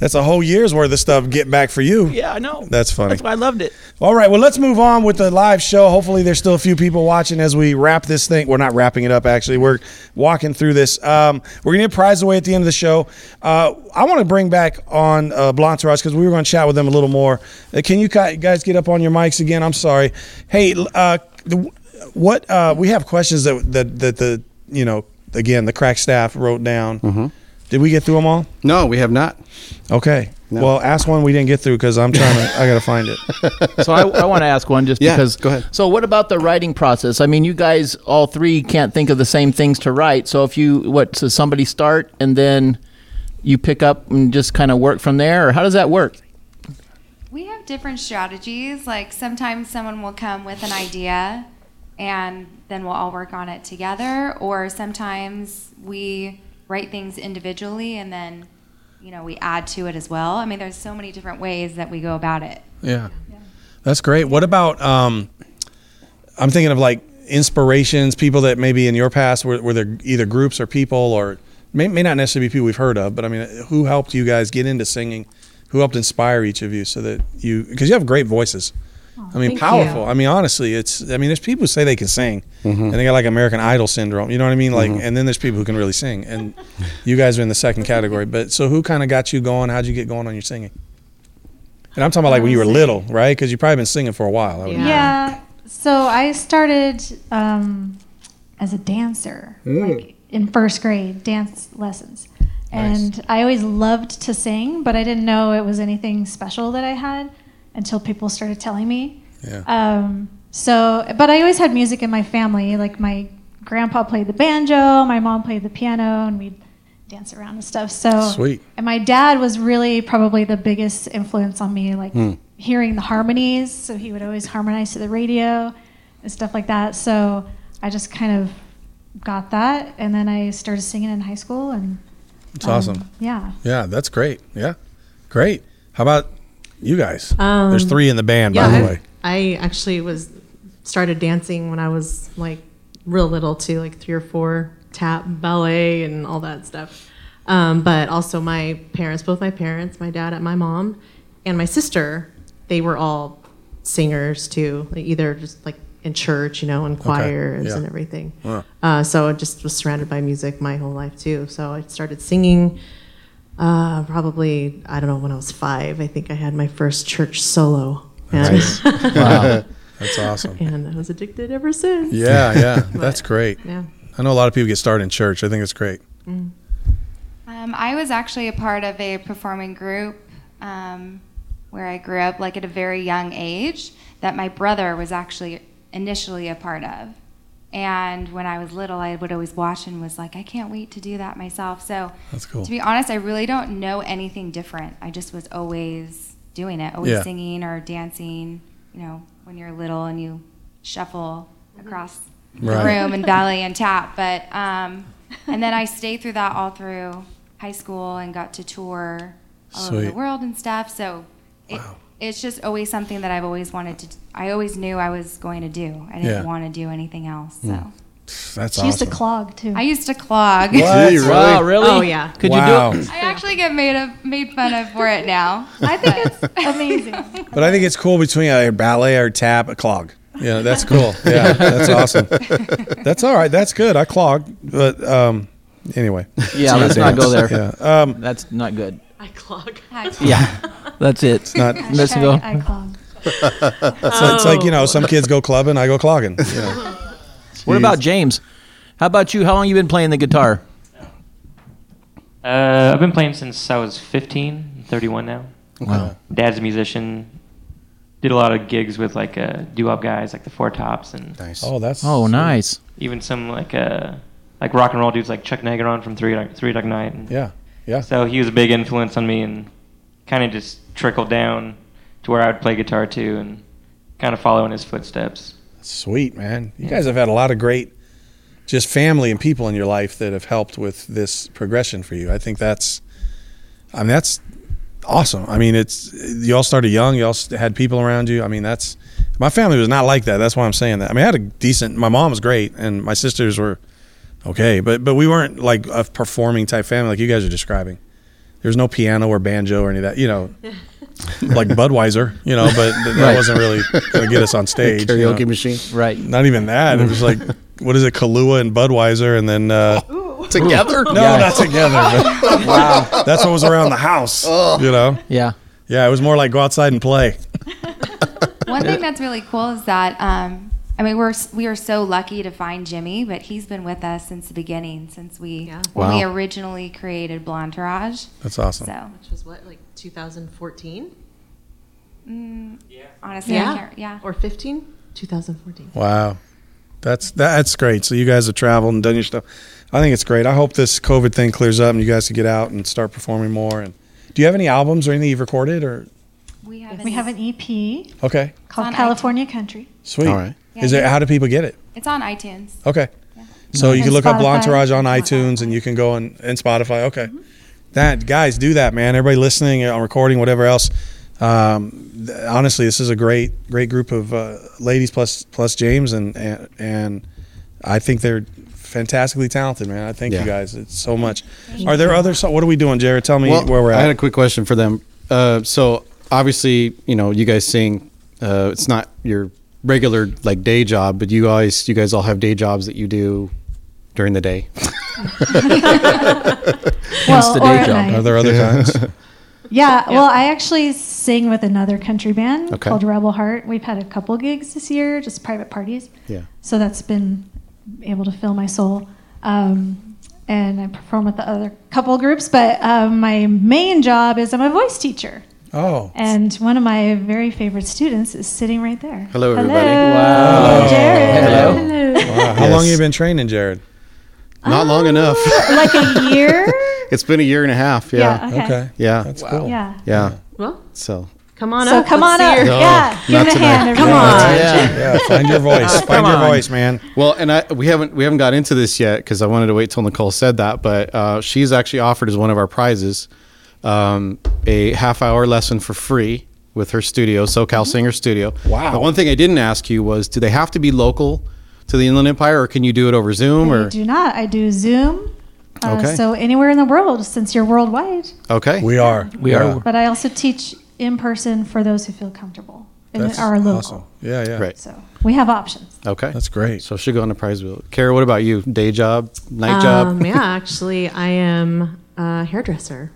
[SPEAKER 2] That's a whole year's worth of stuff. Get back for you.
[SPEAKER 5] yeah, I know.
[SPEAKER 2] That's funny.
[SPEAKER 5] That's why I loved it.
[SPEAKER 2] All right, well, let's move on with the live show. Hopefully, there's still a few people watching as we wrap this thing. We're not wrapping it up, actually. We're walking through this. Um, we're going to get prize away at the end of the show. Uh, I want to bring back on uh, Blantarage because we were going to chat with them a little more. Uh, can you ki- guys get up on your mics again? I'm sorry. Hey, uh, the, what uh, we have questions that, that, that the, you know, again, the crack staff wrote down. Did we get through them all?
[SPEAKER 3] Mm-hmm. No, we have not.
[SPEAKER 2] Okay. Well, ask one we didn't get through because I'm trying to, I got to find it.
[SPEAKER 5] So I, I want to ask one just
[SPEAKER 2] Yeah,
[SPEAKER 5] because.
[SPEAKER 2] go ahead.
[SPEAKER 5] So what about the writing process? I mean, you guys all three can't think of the same things to write. So if you what, so somebody start and then you pick up and just kind of work from there, or how does that work?
[SPEAKER 10] We have different strategies. Like sometimes someone will come with an idea and then we'll all work on it together, or sometimes we write things individually and then, you know, we add to it as well. I mean, there's so many different ways that we go about it.
[SPEAKER 2] Yeah. That's great. What about um I'm thinking of like inspirations, people that maybe in your past were, were there either groups or people or may, may not necessarily be people we've heard of, but I mean, who helped you guys get into singing? Who helped inspire each of you so that you because you have great voices. I mean,
[SPEAKER 14] thank
[SPEAKER 2] powerful.
[SPEAKER 14] you.
[SPEAKER 2] I mean, honestly, it's I mean, there's people who say they can sing and they got like American Idol syndrome. You know what I mean? Like,
[SPEAKER 14] Mhm.
[SPEAKER 2] and then there's people who can really sing, and you guys are in the second category. But so, who kind of got you going? How'd you get going on your singing? And I'm talking about like when
[SPEAKER 8] Um,
[SPEAKER 2] you were little, right? Because you've probably been singing for a while. I would
[SPEAKER 9] Yeah. So I started um, as a dancer
[SPEAKER 2] imagine.
[SPEAKER 9] in first grade, dance lessons.
[SPEAKER 2] Mm. Nice.
[SPEAKER 9] And I always loved to sing, but I didn't know it was anything special that I had until people started telling me.
[SPEAKER 2] Yeah.
[SPEAKER 9] Um, so, but I always had music in my family. Like my grandpa played the banjo, my mom played the piano, and we'd dance around and stuff. So
[SPEAKER 2] Sweet.
[SPEAKER 9] And my dad was really probably the biggest influence on me, like
[SPEAKER 2] Hmm.
[SPEAKER 9] hearing the harmonies. So he would always harmonize to the radio and stuff like that. So I just kind of got that, and then I started singing in high school, and
[SPEAKER 2] It's
[SPEAKER 9] um,
[SPEAKER 2] awesome.
[SPEAKER 9] Yeah.
[SPEAKER 2] Yeah, that's great. Yeah, great. How about you guys?
[SPEAKER 8] Um,
[SPEAKER 2] There's three in the band, by
[SPEAKER 8] yeah, I've-
[SPEAKER 2] the way.
[SPEAKER 8] I actually was started dancing when I was like real little too, like three or four, tap, ballet, and all that stuff. Um, but also my parents, both my parents, my dad and my mom, and my sister, they were all singers too, like either just like in church, you know, in choirs
[SPEAKER 7] yeah.
[SPEAKER 8] and everything.
[SPEAKER 7] Wow.
[SPEAKER 2] Hmm.
[SPEAKER 8] Uh, so I just was surrounded by music my whole life too. So I started singing uh, probably, I don't know, when I was five. I think I had my first church solo. And-
[SPEAKER 2] Nice. Wow. That's awesome.
[SPEAKER 8] And I was addicted ever since.
[SPEAKER 2] Yeah, yeah, that's great.
[SPEAKER 8] yeah.
[SPEAKER 2] I know a lot of people get started in church. I think it's great.
[SPEAKER 10] Um, I was actually a part of a performing group um, where I grew up, like at a very young age, that my brother was actually initially a part of. And when I was little, I would always watch and was like, I can't wait to do that myself. So,
[SPEAKER 2] That's cool.
[SPEAKER 10] to be honest, I really don't know anything different. I just was always doing it, always
[SPEAKER 2] Yeah.
[SPEAKER 10] singing or dancing, you know, when you're little and you shuffle across
[SPEAKER 2] Right.
[SPEAKER 10] the room and ballet and tap. But um, and then I stayed through that all through high school and got to tour all over the
[SPEAKER 7] Sweet.
[SPEAKER 10] world and stuff. So it, it's just always something that I've always wanted to. I always knew I was going to do. I didn't
[SPEAKER 2] Yeah.
[SPEAKER 10] want to do anything else. So.
[SPEAKER 2] Mm. That's
[SPEAKER 9] she
[SPEAKER 2] awesome.
[SPEAKER 9] used to clog too.
[SPEAKER 10] I used to clog.
[SPEAKER 2] What? Wow, Gee, really? really?
[SPEAKER 10] Oh yeah.
[SPEAKER 2] Could you do Wow. it?
[SPEAKER 10] I actually get made of, made fun of for it now. I think it's
[SPEAKER 9] amazing.
[SPEAKER 2] But I think it's cool between a ballet or tap, a clog. Yeah, that's cool. Yeah, that's awesome. That's all right. That's good. I clogged, but um, anyway.
[SPEAKER 5] Yeah, let's not go there.
[SPEAKER 2] Yeah.
[SPEAKER 5] that's not good.
[SPEAKER 8] I clog.
[SPEAKER 5] Yeah, that's it.
[SPEAKER 2] It's not.
[SPEAKER 5] Let's go.
[SPEAKER 2] So it's like you know, some kids go clubbing, I go clogging. you know.
[SPEAKER 5] What about James? How about you? How long you been playing the guitar?
[SPEAKER 14] Uh, I've been playing since I was 15, I'm 31 now.
[SPEAKER 5] Wow.
[SPEAKER 14] Dad's a musician. Did a lot of gigs with like uh, doo-wop guys, like the Four Tops, and
[SPEAKER 2] Oh, that's
[SPEAKER 5] oh nice.
[SPEAKER 14] even some like uh, like rock and roll dudes like Chuck Nagaron from Three Duck, Three Duck Night. And
[SPEAKER 2] Yeah, yeah.
[SPEAKER 14] So he was a big influence on me, and kind of just trickled down to where I would play guitar too, and kind of follow in his footsteps.
[SPEAKER 2] Sweet man, you guys have had a lot of great, just family and people in your life that have helped with this progression for you. I think that's, I mean, that's awesome. I mean, it's you all started young. You all s- had people around you. I mean, that's my family was not like that. That's why I'm saying that. I mean, I had a decent. My mom was great, and my sisters were okay, but but we weren't like a performing type family like you guys are describing. There's no piano or banjo or any of that. You know, like Budweiser. You know, but th- that
[SPEAKER 3] Right.
[SPEAKER 2] wasn't really gonna get us on stage. you know.
[SPEAKER 3] Karaoke machine.
[SPEAKER 5] Right.
[SPEAKER 2] Not even that. It was like, what is it, Kahlua and Budweiser, and then uh,
[SPEAKER 3] Together?
[SPEAKER 2] No,
[SPEAKER 3] Yeah.
[SPEAKER 2] not together. But
[SPEAKER 3] Wow.
[SPEAKER 2] that's what was around the house.
[SPEAKER 10] Ugh.
[SPEAKER 2] You know.
[SPEAKER 5] Yeah.
[SPEAKER 2] Yeah, it was more like go outside and play.
[SPEAKER 10] One
[SPEAKER 2] Yeah.
[SPEAKER 10] thing that's really cool is that um, I mean we're we are so lucky to find Jimmy, but he's been with us since the beginning, since we when we
[SPEAKER 2] Wow.
[SPEAKER 10] originally created Blonderage.
[SPEAKER 2] That's awesome.
[SPEAKER 10] So
[SPEAKER 8] Which was what, like 2014?
[SPEAKER 10] mm, honestly, I
[SPEAKER 8] Yeah.
[SPEAKER 10] can't, yeah.
[SPEAKER 8] Or 15? 2014.
[SPEAKER 2] Wow. That's that's great. So you guys have traveled and done your stuff. I think it's great. I hope this COVID thing clears up and you guys can get out and start performing more. And do you have any albums or anything you've recorded or
[SPEAKER 10] We have
[SPEAKER 9] we have an EP
[SPEAKER 2] okay?
[SPEAKER 9] called
[SPEAKER 10] on
[SPEAKER 9] California Country.
[SPEAKER 2] Sweet.
[SPEAKER 3] All right.
[SPEAKER 2] Is there how do people get it?
[SPEAKER 10] It's on iTunes.
[SPEAKER 2] Okay. So you
[SPEAKER 10] And
[SPEAKER 2] can look up
[SPEAKER 10] Spotify.
[SPEAKER 2] Blontourage on iTunes and you can go on and Spotify. Okay.
[SPEAKER 9] Mm-hmm.
[SPEAKER 2] That guys do that, man. Everybody listening uh, on recording, whatever else. Um, th- honestly, this is a great, great group of uh, ladies plus plus James and and, and I think they're fantastically talented, man. I thank
[SPEAKER 3] Yeah.
[SPEAKER 2] you guys it's so much. Are there other? So, what are we doing, Jared? Tell me
[SPEAKER 3] Well,
[SPEAKER 2] where we're
[SPEAKER 3] I had a
[SPEAKER 2] at.
[SPEAKER 3] quick question for them. Uh, so obviously, you know, you guys sing. Uh, it's not your regular like day job, but you guys, you guys all have day jobs that you do during the day.
[SPEAKER 9] Well, the day or at job. night.
[SPEAKER 2] Are there other times?
[SPEAKER 9] Yeah, well, I actually sing with another country band
[SPEAKER 3] Okay.
[SPEAKER 9] called Rebel Heart. We've had a couple gigs this year, just private parties.
[SPEAKER 3] Yeah.
[SPEAKER 9] So that's been able to fill my soul. Um, and I perform with the other couple groups, but um, my main job is I'm a voice teacher.
[SPEAKER 2] Oh.
[SPEAKER 9] And one of my very favorite students is sitting right there.
[SPEAKER 3] Hello,
[SPEAKER 9] Hello.
[SPEAKER 2] Oh,
[SPEAKER 9] Hello,
[SPEAKER 3] everybody.
[SPEAKER 9] Jared.
[SPEAKER 2] Wow. How long have you been training, Jared?
[SPEAKER 3] Not long enough.
[SPEAKER 9] Oh, like a year?
[SPEAKER 3] It's been a year and a half. Yeah.
[SPEAKER 9] Yeah, okay. Okay.
[SPEAKER 3] Yeah.
[SPEAKER 2] That's
[SPEAKER 9] cool. Yeah.
[SPEAKER 3] Yeah.
[SPEAKER 8] Well,
[SPEAKER 3] So.
[SPEAKER 8] come on
[SPEAKER 9] So
[SPEAKER 8] up.
[SPEAKER 9] come
[SPEAKER 8] let's
[SPEAKER 9] on
[SPEAKER 8] see
[SPEAKER 9] up.
[SPEAKER 8] your-
[SPEAKER 9] Yeah. Give
[SPEAKER 3] not
[SPEAKER 9] him a
[SPEAKER 3] tonight.
[SPEAKER 9] hand,
[SPEAKER 8] Come
[SPEAKER 9] everyone.
[SPEAKER 8] on.
[SPEAKER 2] Yeah, find your
[SPEAKER 6] Oh,
[SPEAKER 2] voice. Find your voice, man.
[SPEAKER 3] Well, and I we haven't we haven't got into this yet because I wanted to wait till Nicole said that, but uh, she's actually offered as one of our prizes um, a half hour lesson for free with her studio, SoCal Singer Studio.
[SPEAKER 2] Wow.
[SPEAKER 3] The one thing I didn't ask you was, do they have to be local to the Inland Empire, or can you do it over Zoom?
[SPEAKER 9] I
[SPEAKER 3] Or
[SPEAKER 9] do not. I do Zoom. Uh,
[SPEAKER 3] Okay.
[SPEAKER 9] So anywhere in the world, since you're worldwide.
[SPEAKER 3] okay,
[SPEAKER 2] we are
[SPEAKER 3] we
[SPEAKER 2] are.
[SPEAKER 9] But I also teach in person for those who feel comfortable and
[SPEAKER 2] That's
[SPEAKER 9] are local.
[SPEAKER 2] awesome. Yeah, yeah.
[SPEAKER 3] Right.
[SPEAKER 9] So we have options.
[SPEAKER 3] Okay,
[SPEAKER 2] that's great.
[SPEAKER 3] So she'll go on the prize wheel. Kara, what about you? Day job, night
[SPEAKER 8] Um,
[SPEAKER 3] job?
[SPEAKER 8] yeah, actually, I am a hairdresser.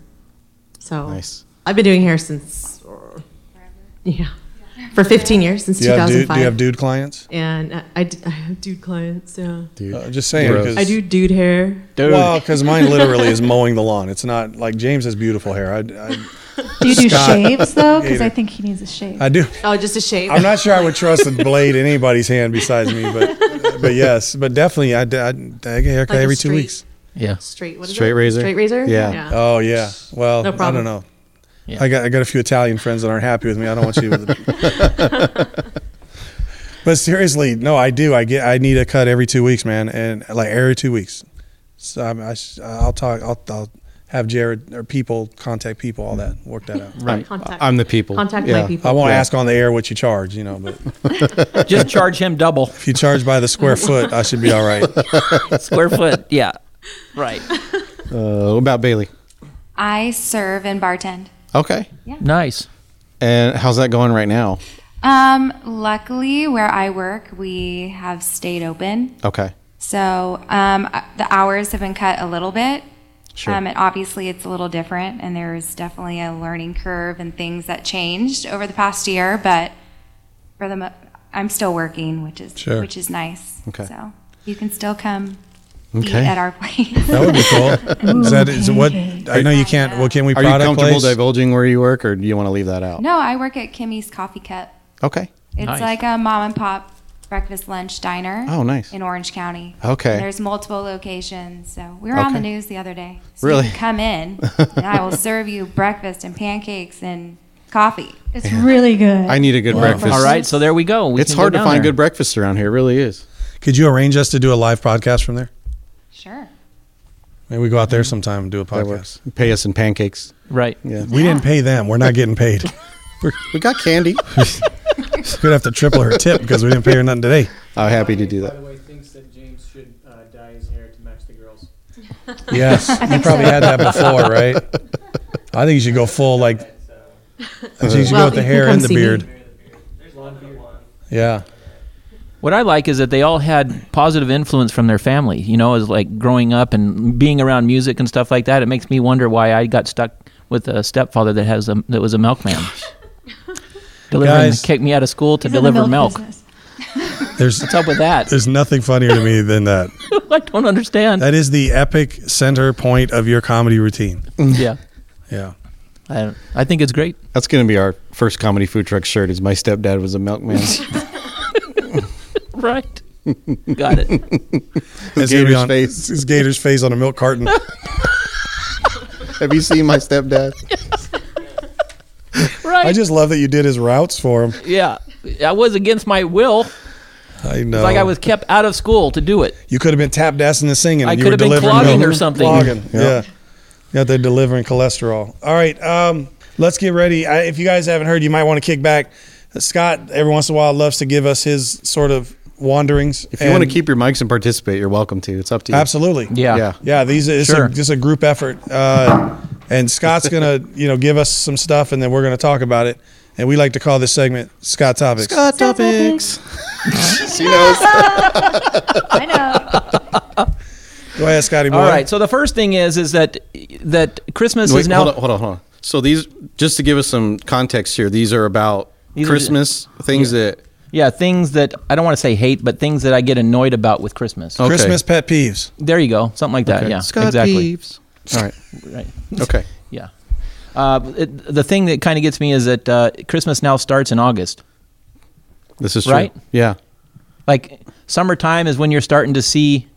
[SPEAKER 8] So
[SPEAKER 3] Nice.
[SPEAKER 8] I've been doing hair since uh, yeah, for 15 years since
[SPEAKER 2] Do you have dude-
[SPEAKER 8] 2005.
[SPEAKER 2] do you have dude clients?
[SPEAKER 8] And I, I d- I have dude clients. Yeah.
[SPEAKER 2] Uh, just saying.
[SPEAKER 3] Gross.
[SPEAKER 2] 'cause-
[SPEAKER 8] I do dude hair.
[SPEAKER 2] Well, because mine literally is mowing the lawn. It's not like James has beautiful hair. I, I,
[SPEAKER 9] Do you do
[SPEAKER 2] Scott-
[SPEAKER 9] shaves though? Because
[SPEAKER 2] Hater.
[SPEAKER 9] I think he needs a shave.
[SPEAKER 2] I do.
[SPEAKER 8] Oh, just a shave.
[SPEAKER 2] I'm not sure I would trust a blade in anybody's hand besides me, but but yes, but definitely I, I, I get a haircut
[SPEAKER 8] Like a
[SPEAKER 2] every two
[SPEAKER 8] straight-
[SPEAKER 2] weeks.
[SPEAKER 5] Yeah.
[SPEAKER 8] Straight. What is
[SPEAKER 3] Straight
[SPEAKER 8] it?
[SPEAKER 3] razor.
[SPEAKER 8] Straight razor.
[SPEAKER 3] Yeah.
[SPEAKER 2] Oh yeah. Well,
[SPEAKER 8] No
[SPEAKER 2] I don't
[SPEAKER 8] problem.
[SPEAKER 2] know.
[SPEAKER 5] Yeah.
[SPEAKER 2] I got I got a few Italian friends that aren't happy with me. I don't want you. With but seriously, no, I do. I get I need a cut every two weeks, man, and like every two weeks. So I'm, I, sh- I'll talk. I'll, I'll have Jared or people contact people. All that work that out.
[SPEAKER 3] Right.
[SPEAKER 8] Contact.
[SPEAKER 3] I'm the people.
[SPEAKER 8] Contact my people.
[SPEAKER 2] I won't
[SPEAKER 3] Yeah.
[SPEAKER 2] ask on the air what you charge, you know, but
[SPEAKER 5] Just charge him double
[SPEAKER 2] if you charge by the square foot, I should be all right.
[SPEAKER 5] square foot. Yeah. Right.
[SPEAKER 3] Uh, what about Bailey?
[SPEAKER 10] I serve and bartend.
[SPEAKER 3] Okay.
[SPEAKER 5] Nice.
[SPEAKER 3] And how's that going right now?
[SPEAKER 10] Um, luckily, where I work, we have stayed open.
[SPEAKER 3] Okay.
[SPEAKER 10] So um, uh, the hours have been cut a little bit.
[SPEAKER 3] Sure.
[SPEAKER 10] Um, and obviously, it's a little different, and there's definitely a learning curve and things that changed over the past year. But for the, mo- I'm still working, which is
[SPEAKER 3] Sure.
[SPEAKER 10] which is nice.
[SPEAKER 3] Okay.
[SPEAKER 10] So you can still come
[SPEAKER 3] Okay.
[SPEAKER 10] eat at our place.
[SPEAKER 2] That would be cool. Is that is what I know you can't. Well, can we
[SPEAKER 3] Are you
[SPEAKER 2] product
[SPEAKER 3] comfortable
[SPEAKER 2] place?
[SPEAKER 3] divulging where you work, or do you want to leave that out?
[SPEAKER 10] No, I work at Kimmy's Coffee Cup.
[SPEAKER 3] Okay.
[SPEAKER 10] It's
[SPEAKER 3] Nice.
[SPEAKER 10] like a mom and pop breakfast lunch diner.
[SPEAKER 3] Oh, nice.
[SPEAKER 10] In Orange County.
[SPEAKER 3] Okay.
[SPEAKER 10] And there's multiple locations. So we were on the
[SPEAKER 3] Okay.
[SPEAKER 10] news the other day. So
[SPEAKER 3] Really?
[SPEAKER 10] You can come in, and I will serve you breakfast and pancakes and coffee.
[SPEAKER 9] It's really good.
[SPEAKER 3] I need a good breakfast.
[SPEAKER 5] All right. So there we go. We
[SPEAKER 3] it's
[SPEAKER 5] can
[SPEAKER 3] hard
[SPEAKER 5] go
[SPEAKER 3] to
[SPEAKER 5] down
[SPEAKER 3] find
[SPEAKER 5] there.
[SPEAKER 3] good breakfasts around here. It really is.
[SPEAKER 2] Could you arrange us to do a live podcast from there?
[SPEAKER 10] Sure.
[SPEAKER 2] Maybe we go out there sometime and do a
[SPEAKER 3] That
[SPEAKER 2] podcast.
[SPEAKER 3] works. Pay us in pancakes.
[SPEAKER 5] Right.
[SPEAKER 3] Yeah.
[SPEAKER 2] We didn't pay them. We're not getting paid.
[SPEAKER 3] We're, we got candy.
[SPEAKER 2] We'd have to triple her tip because we didn't pay her nothing today.
[SPEAKER 3] I'm happy to do that.
[SPEAKER 4] By the way, thinks that James should uh, dye his hair to match the girls.
[SPEAKER 2] Yes, you probably had that before, right? I think you should go full like. I think you should
[SPEAKER 8] Well,
[SPEAKER 2] go with the
[SPEAKER 8] you can
[SPEAKER 2] hair
[SPEAKER 8] come
[SPEAKER 2] and the
[SPEAKER 8] see me.
[SPEAKER 2] beard. Yeah.
[SPEAKER 5] What I like is that they all had positive influence from their family. You know, as like growing up and being around music and stuff like that. It makes me wonder why I got stuck with a stepfather that has a, that was a milkman. Delivering,
[SPEAKER 2] Guys.
[SPEAKER 5] kicked me out of school to
[SPEAKER 9] He's in the
[SPEAKER 5] deliver milk.
[SPEAKER 9] business.
[SPEAKER 2] There's
[SPEAKER 5] What's up with that?
[SPEAKER 2] there's nothing funnier to me than that.
[SPEAKER 5] I don't understand.
[SPEAKER 2] That is the epic center point of your comedy routine.
[SPEAKER 5] yeah,
[SPEAKER 2] Yeah.
[SPEAKER 5] I, don't- I think it's great.
[SPEAKER 3] That's going to be our first comedy food truck shirt. Is my stepdad was a milkman.
[SPEAKER 5] Right. Got it.
[SPEAKER 2] It's gonna be
[SPEAKER 3] Gator's
[SPEAKER 2] on-
[SPEAKER 3] face.
[SPEAKER 2] It's Gator's face on a milk carton.
[SPEAKER 3] Have you seen my stepdad?
[SPEAKER 5] Right.
[SPEAKER 2] I just love that you did his routes for him.
[SPEAKER 5] yeah. I was against my will.
[SPEAKER 2] I know.
[SPEAKER 5] It's like I was kept out of school to do it.
[SPEAKER 2] You could have been tap dancing and singing.
[SPEAKER 5] I
[SPEAKER 2] and you
[SPEAKER 5] could
[SPEAKER 2] were
[SPEAKER 5] have been
[SPEAKER 2] delivering
[SPEAKER 5] clogging
[SPEAKER 2] milk.
[SPEAKER 5] or something.
[SPEAKER 2] Clogging.
[SPEAKER 5] Yeah.
[SPEAKER 2] Yeah. Yeah, they're delivering cholesterol. All right. Um, let's get ready. I, if you guys haven't heard, you might want to kick back. Scott, every once in a while, loves to give us his sort of wanderings.
[SPEAKER 3] If you want to
[SPEAKER 2] and-
[SPEAKER 3] keep your mics and participate, you're welcome to. It's up to you.
[SPEAKER 2] Absolutely.
[SPEAKER 5] Yeah.
[SPEAKER 3] Yeah.
[SPEAKER 2] Yeah, these it's
[SPEAKER 5] Sure.
[SPEAKER 2] a, just a group effort, uh, and Scott's gonna you know give us some stuff, and then we're gonna talk about it. And we like to call this segment Scott Topics.
[SPEAKER 3] Scott topics. she knows.
[SPEAKER 9] I know.
[SPEAKER 2] Go ahead, Scotty.
[SPEAKER 5] All
[SPEAKER 2] boy.
[SPEAKER 5] right. So the first thing is is that that Christmas
[SPEAKER 3] Wait,
[SPEAKER 5] is now
[SPEAKER 3] hold on, hold on, hold on. So these, just to give us some context here, these are about
[SPEAKER 5] These are-
[SPEAKER 3] Christmas things that.
[SPEAKER 5] yeah, things that I don't want to say hate, but things that I get annoyed about with Christmas.
[SPEAKER 3] Okay.
[SPEAKER 2] Christmas pet peeves.
[SPEAKER 5] There you go. Something like that.
[SPEAKER 3] Okay.
[SPEAKER 5] Yeah.
[SPEAKER 3] Scott
[SPEAKER 5] exactly.
[SPEAKER 3] Peeves. All right.
[SPEAKER 5] Right.
[SPEAKER 3] Okay.
[SPEAKER 5] Yeah. Uh, it, the thing that kind of gets me is that uh, Christmas now starts in August.
[SPEAKER 3] This is true.
[SPEAKER 5] Right?
[SPEAKER 3] Yeah.
[SPEAKER 5] Like summertime is when you're starting to see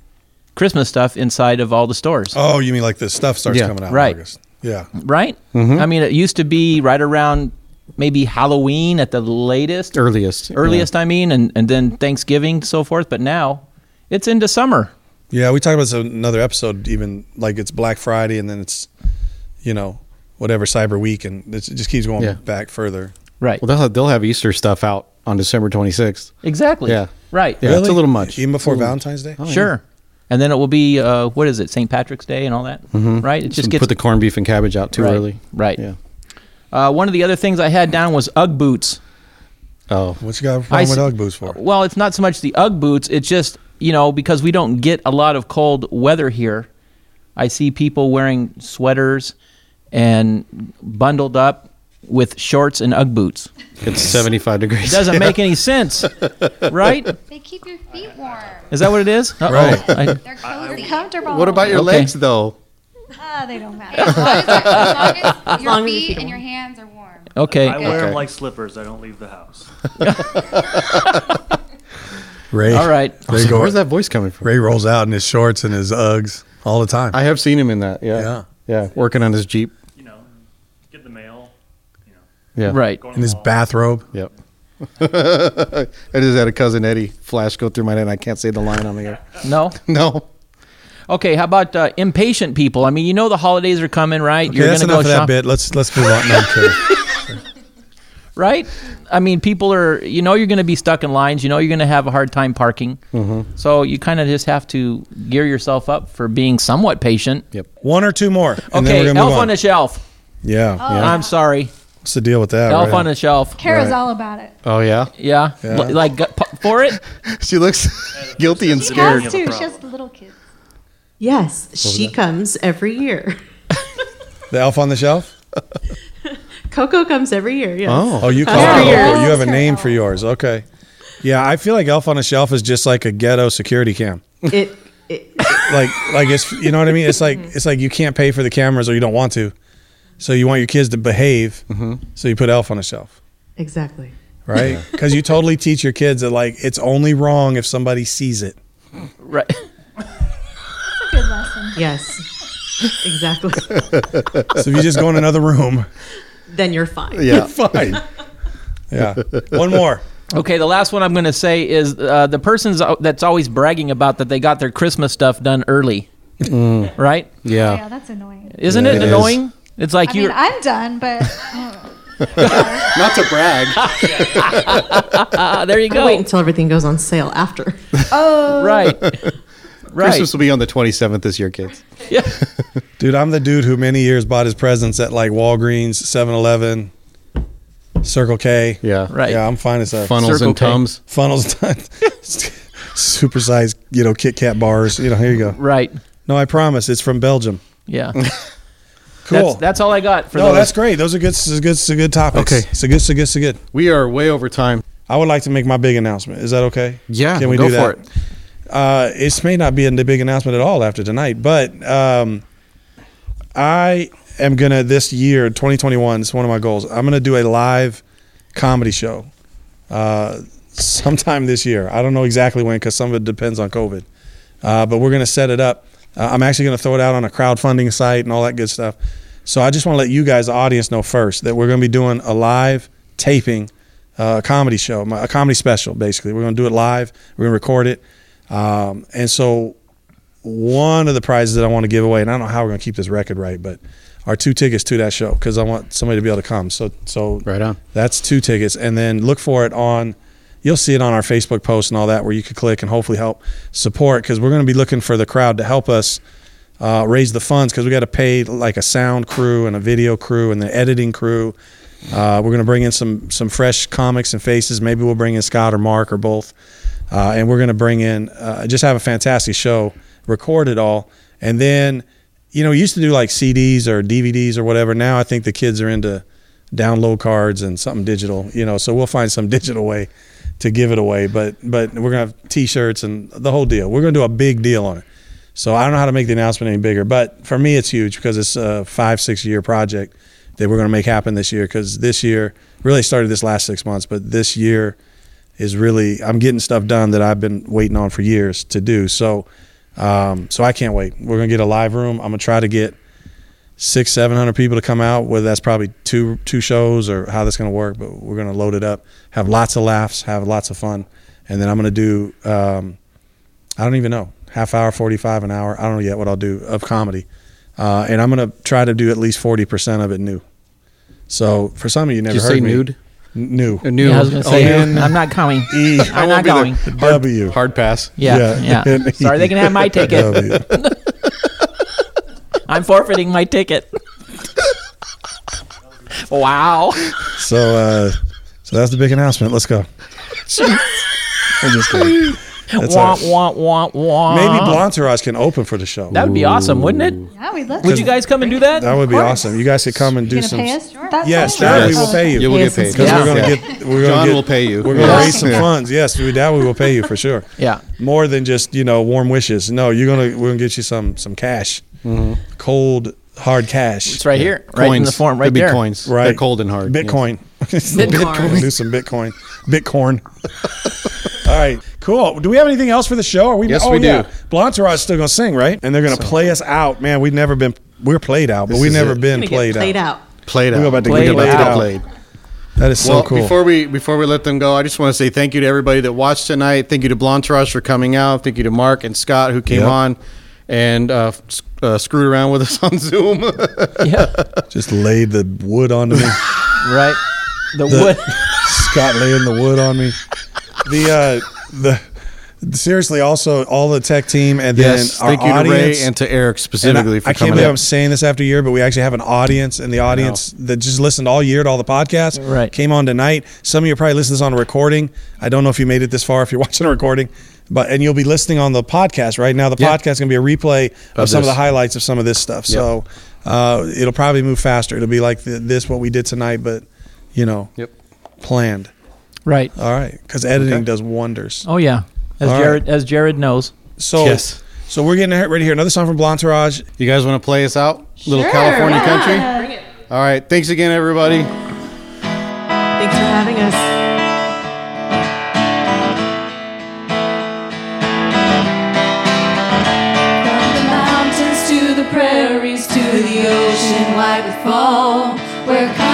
[SPEAKER 5] Christmas stuff inside of all the stores.
[SPEAKER 2] Oh, you mean like the stuff starts
[SPEAKER 5] Yeah.
[SPEAKER 2] coming out in
[SPEAKER 5] Right.
[SPEAKER 2] August. Yeah.
[SPEAKER 5] Right?
[SPEAKER 3] Mm-hmm.
[SPEAKER 5] I mean, it used to be right around maybe Halloween at the latest,
[SPEAKER 3] earliest,
[SPEAKER 5] earliest. I mean, and and then Thanksgiving, so forth. But now it's into summer.
[SPEAKER 2] Yeah, we talked about this in another episode. Even like it's Black Friday, and then it's you know whatever Cyber Week, and it's, it just keeps going
[SPEAKER 3] Yeah.
[SPEAKER 2] back further.
[SPEAKER 5] Right.
[SPEAKER 3] Well, they'll have, they'll have Easter stuff out on December 26th.
[SPEAKER 5] Exactly.
[SPEAKER 3] Yeah.
[SPEAKER 5] Right.
[SPEAKER 3] Yeah, it's a little much. Oh,
[SPEAKER 2] Even before Valentine's Day.
[SPEAKER 5] sure. And then it will be uh, what is it? St. Patrick's Day and all that.
[SPEAKER 3] Mhm.
[SPEAKER 5] Right. It just
[SPEAKER 3] Some-
[SPEAKER 5] gets
[SPEAKER 3] put the corned beef and cabbage out too
[SPEAKER 5] Right.
[SPEAKER 3] early.
[SPEAKER 5] Right.
[SPEAKER 3] Yeah.
[SPEAKER 5] Uh, one of the other things I had down was UGG boots.
[SPEAKER 3] Oh,
[SPEAKER 2] what you got a
[SPEAKER 5] I
[SPEAKER 2] problem
[SPEAKER 5] s-
[SPEAKER 2] with UGG boots for?
[SPEAKER 5] Well, it's not so much the UGG boots. It's just you know because we don't get a lot of cold weather here. I see people wearing sweaters and bundled up with shorts and UGG boots.
[SPEAKER 3] It's 75 degrees.
[SPEAKER 5] It doesn't make any sense, right?
[SPEAKER 10] They keep your feet warm.
[SPEAKER 5] Is that what it is? Uh-oh.
[SPEAKER 3] Right.
[SPEAKER 5] I-
[SPEAKER 10] They're cozy.
[SPEAKER 9] comfortable.
[SPEAKER 3] What about your
[SPEAKER 5] Okay.
[SPEAKER 3] legs though?
[SPEAKER 9] Ah, they don't matter.
[SPEAKER 10] As long as, as long as
[SPEAKER 9] As
[SPEAKER 10] your
[SPEAKER 9] long as your
[SPEAKER 10] feet
[SPEAKER 9] feet
[SPEAKER 10] and your
[SPEAKER 9] are
[SPEAKER 10] hands are warm.
[SPEAKER 5] Okay.
[SPEAKER 15] I wear
[SPEAKER 5] Okay.
[SPEAKER 15] them like slippers. I don't leave the house.
[SPEAKER 2] Ray.
[SPEAKER 5] All right.
[SPEAKER 2] Ray
[SPEAKER 3] So
[SPEAKER 2] Gor-
[SPEAKER 3] where's that voice coming from?
[SPEAKER 2] Ray rolls out in his shorts and his Uggs all the time.
[SPEAKER 3] I have seen him in that. Yeah. Yeah. Working on his Jeep.
[SPEAKER 15] Get the mail.
[SPEAKER 3] Yeah.
[SPEAKER 5] Right.
[SPEAKER 2] In his bathrobe.
[SPEAKER 3] Yep. I just had a cousin Eddie flash go through my head and I can't say the line on the air.
[SPEAKER 5] No.
[SPEAKER 3] No.
[SPEAKER 5] Okay. How about uh, impatient people? I mean, you know the holidays are coming, right?
[SPEAKER 2] Okay, that's
[SPEAKER 5] gonna
[SPEAKER 2] enough of that bit. Let's let's move on. No, I'm kidding.
[SPEAKER 5] right? I mean, people are, you know, you're going to be stuck in lines. You know, you're going to have a hard time parking. So you kind of just have to gear yourself up for being somewhat patient.
[SPEAKER 3] Yep.
[SPEAKER 2] One or two more. and then
[SPEAKER 5] Okay,
[SPEAKER 2] we're gonna
[SPEAKER 5] Elf
[SPEAKER 2] move
[SPEAKER 5] on.
[SPEAKER 2] on.
[SPEAKER 5] the Shelf.
[SPEAKER 2] Yeah. yeah.
[SPEAKER 5] Oh, I'm sorry.
[SPEAKER 2] What's the deal with that?
[SPEAKER 5] Elf
[SPEAKER 2] right?
[SPEAKER 5] on the Shelf.
[SPEAKER 9] Kara's all about it.
[SPEAKER 3] Oh yeah.
[SPEAKER 5] Yeah.
[SPEAKER 2] Yeah.
[SPEAKER 5] L- like gu- pu- for it?
[SPEAKER 3] she looks guilty and
[SPEAKER 9] She
[SPEAKER 3] scared.
[SPEAKER 9] has to. She has the little kids.
[SPEAKER 8] Yes,
[SPEAKER 2] was
[SPEAKER 8] she comes every year.
[SPEAKER 2] The Elf on the Shelf.
[SPEAKER 8] Coco comes every year. Yes.
[SPEAKER 2] Oh, you call
[SPEAKER 8] Every
[SPEAKER 2] it
[SPEAKER 8] year.
[SPEAKER 2] Elf. You have a name for yours. Okay. Yeah, I feel like Elf on a Shelf is just like a ghetto security cam.
[SPEAKER 8] It, it,
[SPEAKER 2] Like like it's you know what I mean? It's like it's like you can't pay for the cameras or you don't want to. So you want your kids to behave. So you put Elf on a Shelf,
[SPEAKER 8] exactly.
[SPEAKER 2] right? Cuz you totally teach your kids that like it's only wrong if somebody sees it.
[SPEAKER 5] Right.
[SPEAKER 9] Good lesson.
[SPEAKER 8] Yes, exactly.
[SPEAKER 2] So if you just go in another room,
[SPEAKER 8] then you're fine.
[SPEAKER 2] Yeah. You're fine. yeah. One more.
[SPEAKER 5] Okay, the last one I'm going to say is uh, the person's al- that's always bragging about that they got their Christmas stuff done early, right?
[SPEAKER 9] Oh, yeah, that's annoying.
[SPEAKER 5] Isn't
[SPEAKER 3] Yeah,
[SPEAKER 5] it,
[SPEAKER 3] it is.
[SPEAKER 5] annoying? It's like
[SPEAKER 9] I
[SPEAKER 5] you.
[SPEAKER 9] mean, I'm done, but oh,
[SPEAKER 3] Not to brag.
[SPEAKER 5] there you
[SPEAKER 8] go. Wait until everything goes on sale after.
[SPEAKER 9] oh,
[SPEAKER 5] right.
[SPEAKER 3] Christmas will be on the 27th this year, kids.
[SPEAKER 2] Dude, I'm the dude who many years bought his presents at like Walgreens, 7-Eleven, Circle K.
[SPEAKER 3] Yeah.
[SPEAKER 5] Right.
[SPEAKER 2] Yeah, I'm fine as that.
[SPEAKER 3] Funnels and tums.
[SPEAKER 2] funnels done supersized you know kit kat bars you know here you go
[SPEAKER 5] Right.
[SPEAKER 2] no i promise it's from belgium
[SPEAKER 5] Yeah.
[SPEAKER 2] cool
[SPEAKER 5] That's, that's all I got for
[SPEAKER 2] no
[SPEAKER 5] those.
[SPEAKER 2] that's great those are good so good so good topics
[SPEAKER 3] Okay.
[SPEAKER 2] so good so good so good
[SPEAKER 3] We are way over time.
[SPEAKER 2] i would like to make my big announcement is that okay
[SPEAKER 3] Yeah,
[SPEAKER 2] can we
[SPEAKER 3] go
[SPEAKER 2] do that
[SPEAKER 3] for it.
[SPEAKER 2] uh it may not be a big announcement at all after tonight but um i am gonna this year 2021 it's one of my goals i'm gonna do a live comedy show uh, sometime this year. I don't know exactly when because some of it depends on COVID. Uh, but we're going to set it up. Uh, I'm actually going to throw it out on a crowdfunding site and all that good stuff. So I just want to let you guys, the audience, know first that we're going to be doing a live taping, uh, comedy show, my- a comedy special, basically. We're going to do it live. We're going to record it. Um, and so one of the prizes that I want to give away, and I don't know how we're going to keep this record right, but are two tickets to that show because I want somebody to be able to come. So, so
[SPEAKER 3] Right on.
[SPEAKER 2] that's two tickets, and then look for it on. You'll see it on our Facebook post and all that, where you could click and hopefully help support because we're going to be looking for the crowd to help us uh, raise the funds because we got to pay like a sound crew and a video crew and the editing crew. Uh, we're going to bring in some some fresh comics and faces. Maybe we'll bring in Scott or Mark or both, uh, and we're going to bring in uh, just have a fantastic show, record it all, and then you know we used to do like CDs or DVDs or whatever. Now I think the kids are into download cards and something digital, you know. So we'll find some digital way to give it away, but but we're gonna have T-shirts and the whole deal. We're gonna do a big deal on it. So I don't know how to make the announcement any bigger, but for me it's huge because it's a five six year project that we're gonna make happen this year. Because this year really started this last six months, but this year is really I'm getting stuff done that I've been waiting on for years to do. So Um, so I can't wait. We're gonna get a live room. I'm gonna try to get six, seven hundred people to come out. Whether that's probably two two shows or how that's gonna work, but we're gonna load it up. Have lots of laughs. Have lots of fun. And then I'm gonna do. Um, I don't even know half hour, forty five, an hour. I don't know yet what I'll do of comedy. Uh, and I'm gonna try to do at least forty percent of it new. So for some of you, never
[SPEAKER 3] you
[SPEAKER 2] heard
[SPEAKER 3] say
[SPEAKER 2] me.
[SPEAKER 3] nude?
[SPEAKER 2] N- new.
[SPEAKER 3] New.
[SPEAKER 5] Yeah, I was gonna say,
[SPEAKER 2] N-
[SPEAKER 5] I'm not coming.
[SPEAKER 2] E-
[SPEAKER 5] I'm not going.
[SPEAKER 2] W.
[SPEAKER 3] Hard pass. E.
[SPEAKER 5] Yeah, yeah.
[SPEAKER 2] N-
[SPEAKER 5] Sorry, they can have my ticket.
[SPEAKER 2] W.
[SPEAKER 5] I'm forfeiting my ticket. wow.
[SPEAKER 2] So, uh, so that's the big announcement. Let's go. I'm just kidding. That's
[SPEAKER 5] womp,
[SPEAKER 2] all right.
[SPEAKER 5] womp, womp, womp.
[SPEAKER 2] Maybe Blonterage can open for the show.
[SPEAKER 5] That would be awesome, wouldn't it?
[SPEAKER 9] Yeah, we'd love
[SPEAKER 5] Would
[SPEAKER 9] to.
[SPEAKER 5] you guys come and do that?
[SPEAKER 2] That would be awesome. You guys could come and
[SPEAKER 9] You gonna
[SPEAKER 2] do some.
[SPEAKER 9] pay us? That
[SPEAKER 2] Yes,
[SPEAKER 9] sounds
[SPEAKER 2] that
[SPEAKER 9] like
[SPEAKER 2] we will
[SPEAKER 9] fun.
[SPEAKER 2] pay you.
[SPEAKER 3] You will get paid.
[SPEAKER 2] because we're gonna
[SPEAKER 3] Yeah.
[SPEAKER 2] get. We're gonna
[SPEAKER 3] John
[SPEAKER 2] get,
[SPEAKER 3] will pay you.
[SPEAKER 2] We're gonna
[SPEAKER 3] Yeah.
[SPEAKER 2] raise some
[SPEAKER 3] Yeah.
[SPEAKER 2] funds. Yes, we, that we will pay you for sure.
[SPEAKER 5] Yeah.
[SPEAKER 2] More than just you know warm wishes. No, you're gonna we're gonna get you some some cash,
[SPEAKER 3] Mm-hmm.
[SPEAKER 2] cold hard cash.
[SPEAKER 5] It's right here, right in the form, right
[SPEAKER 3] Could be
[SPEAKER 5] there.
[SPEAKER 3] coins.
[SPEAKER 2] Right.
[SPEAKER 3] They're cold and hard. yeah.
[SPEAKER 2] Bitcoin.
[SPEAKER 5] Bitcoin.
[SPEAKER 2] Do some Bitcoin. Bitcoin. All right. Cool. Do we have anything else for the show? Are we?
[SPEAKER 3] Yes,
[SPEAKER 2] oh,
[SPEAKER 3] we do.
[SPEAKER 2] yeah. Blonterage still gonna sing, right? And they're gonna play us out. Man, we've never been. We're played out, but
[SPEAKER 3] This
[SPEAKER 2] we've
[SPEAKER 3] is
[SPEAKER 2] never
[SPEAKER 3] it.
[SPEAKER 2] been
[SPEAKER 8] Gonna get
[SPEAKER 2] played,
[SPEAKER 8] played out.
[SPEAKER 3] Played out.
[SPEAKER 2] We're about to
[SPEAKER 5] Played
[SPEAKER 2] get played
[SPEAKER 5] out.
[SPEAKER 2] out. That is so
[SPEAKER 3] well,
[SPEAKER 2] cool.
[SPEAKER 3] before we before we let them go, I just want to say thank you to everybody that watched tonight. Thank you to Blontarush for coming out. Thank you to Mark and Scott who came
[SPEAKER 2] Yep.
[SPEAKER 3] on and uh, s- uh, screwed around with us on Zoom.
[SPEAKER 5] Yeah,
[SPEAKER 2] Just laid the wood onto me.
[SPEAKER 5] right. The,
[SPEAKER 2] The-
[SPEAKER 5] wood.
[SPEAKER 2] Scott laying the wood on me. The uh, the seriously, also all the tech team, and then
[SPEAKER 3] yes,
[SPEAKER 2] our
[SPEAKER 3] thank you to
[SPEAKER 2] audience.
[SPEAKER 3] Ray and to Eric
[SPEAKER 2] And I-
[SPEAKER 3] specifically for
[SPEAKER 2] I, can't
[SPEAKER 3] coming
[SPEAKER 2] believe
[SPEAKER 3] out.
[SPEAKER 2] I'm saying this after a year, but we actually have an audience, and the audience that just listened all year to all the podcasts
[SPEAKER 5] Right.
[SPEAKER 2] came on tonight. Some of you probably listened to this on a recording. I don't know if you made it this far if you're watching a recording, but and you'll be listening on the podcast right now. The
[SPEAKER 3] Yeah.
[SPEAKER 2] podcast is going to be a replay of,
[SPEAKER 3] Of
[SPEAKER 2] some of
[SPEAKER 3] this.
[SPEAKER 2] the highlights of some of this stuff. So uh, it'll probably move faster. It'll be like the, this what we did tonight, but you know,
[SPEAKER 3] Yep.
[SPEAKER 2] planned.
[SPEAKER 5] Right.
[SPEAKER 2] All right, because editing
[SPEAKER 3] Okay.
[SPEAKER 2] does wonders.
[SPEAKER 5] Oh yeah. As
[SPEAKER 2] All right.
[SPEAKER 5] Jared, as Jared knows.
[SPEAKER 2] So
[SPEAKER 3] Yes.
[SPEAKER 2] so we're getting ready here. Another song from Blonterage.
[SPEAKER 3] You guys want to play us out? Little
[SPEAKER 8] Sure,
[SPEAKER 3] California
[SPEAKER 8] yeah.
[SPEAKER 3] country.
[SPEAKER 8] Bring it.
[SPEAKER 3] All right. Thanks again, everybody.
[SPEAKER 8] Thanks for having us.
[SPEAKER 7] From the mountains to the prairies to the ocean wide with foam, where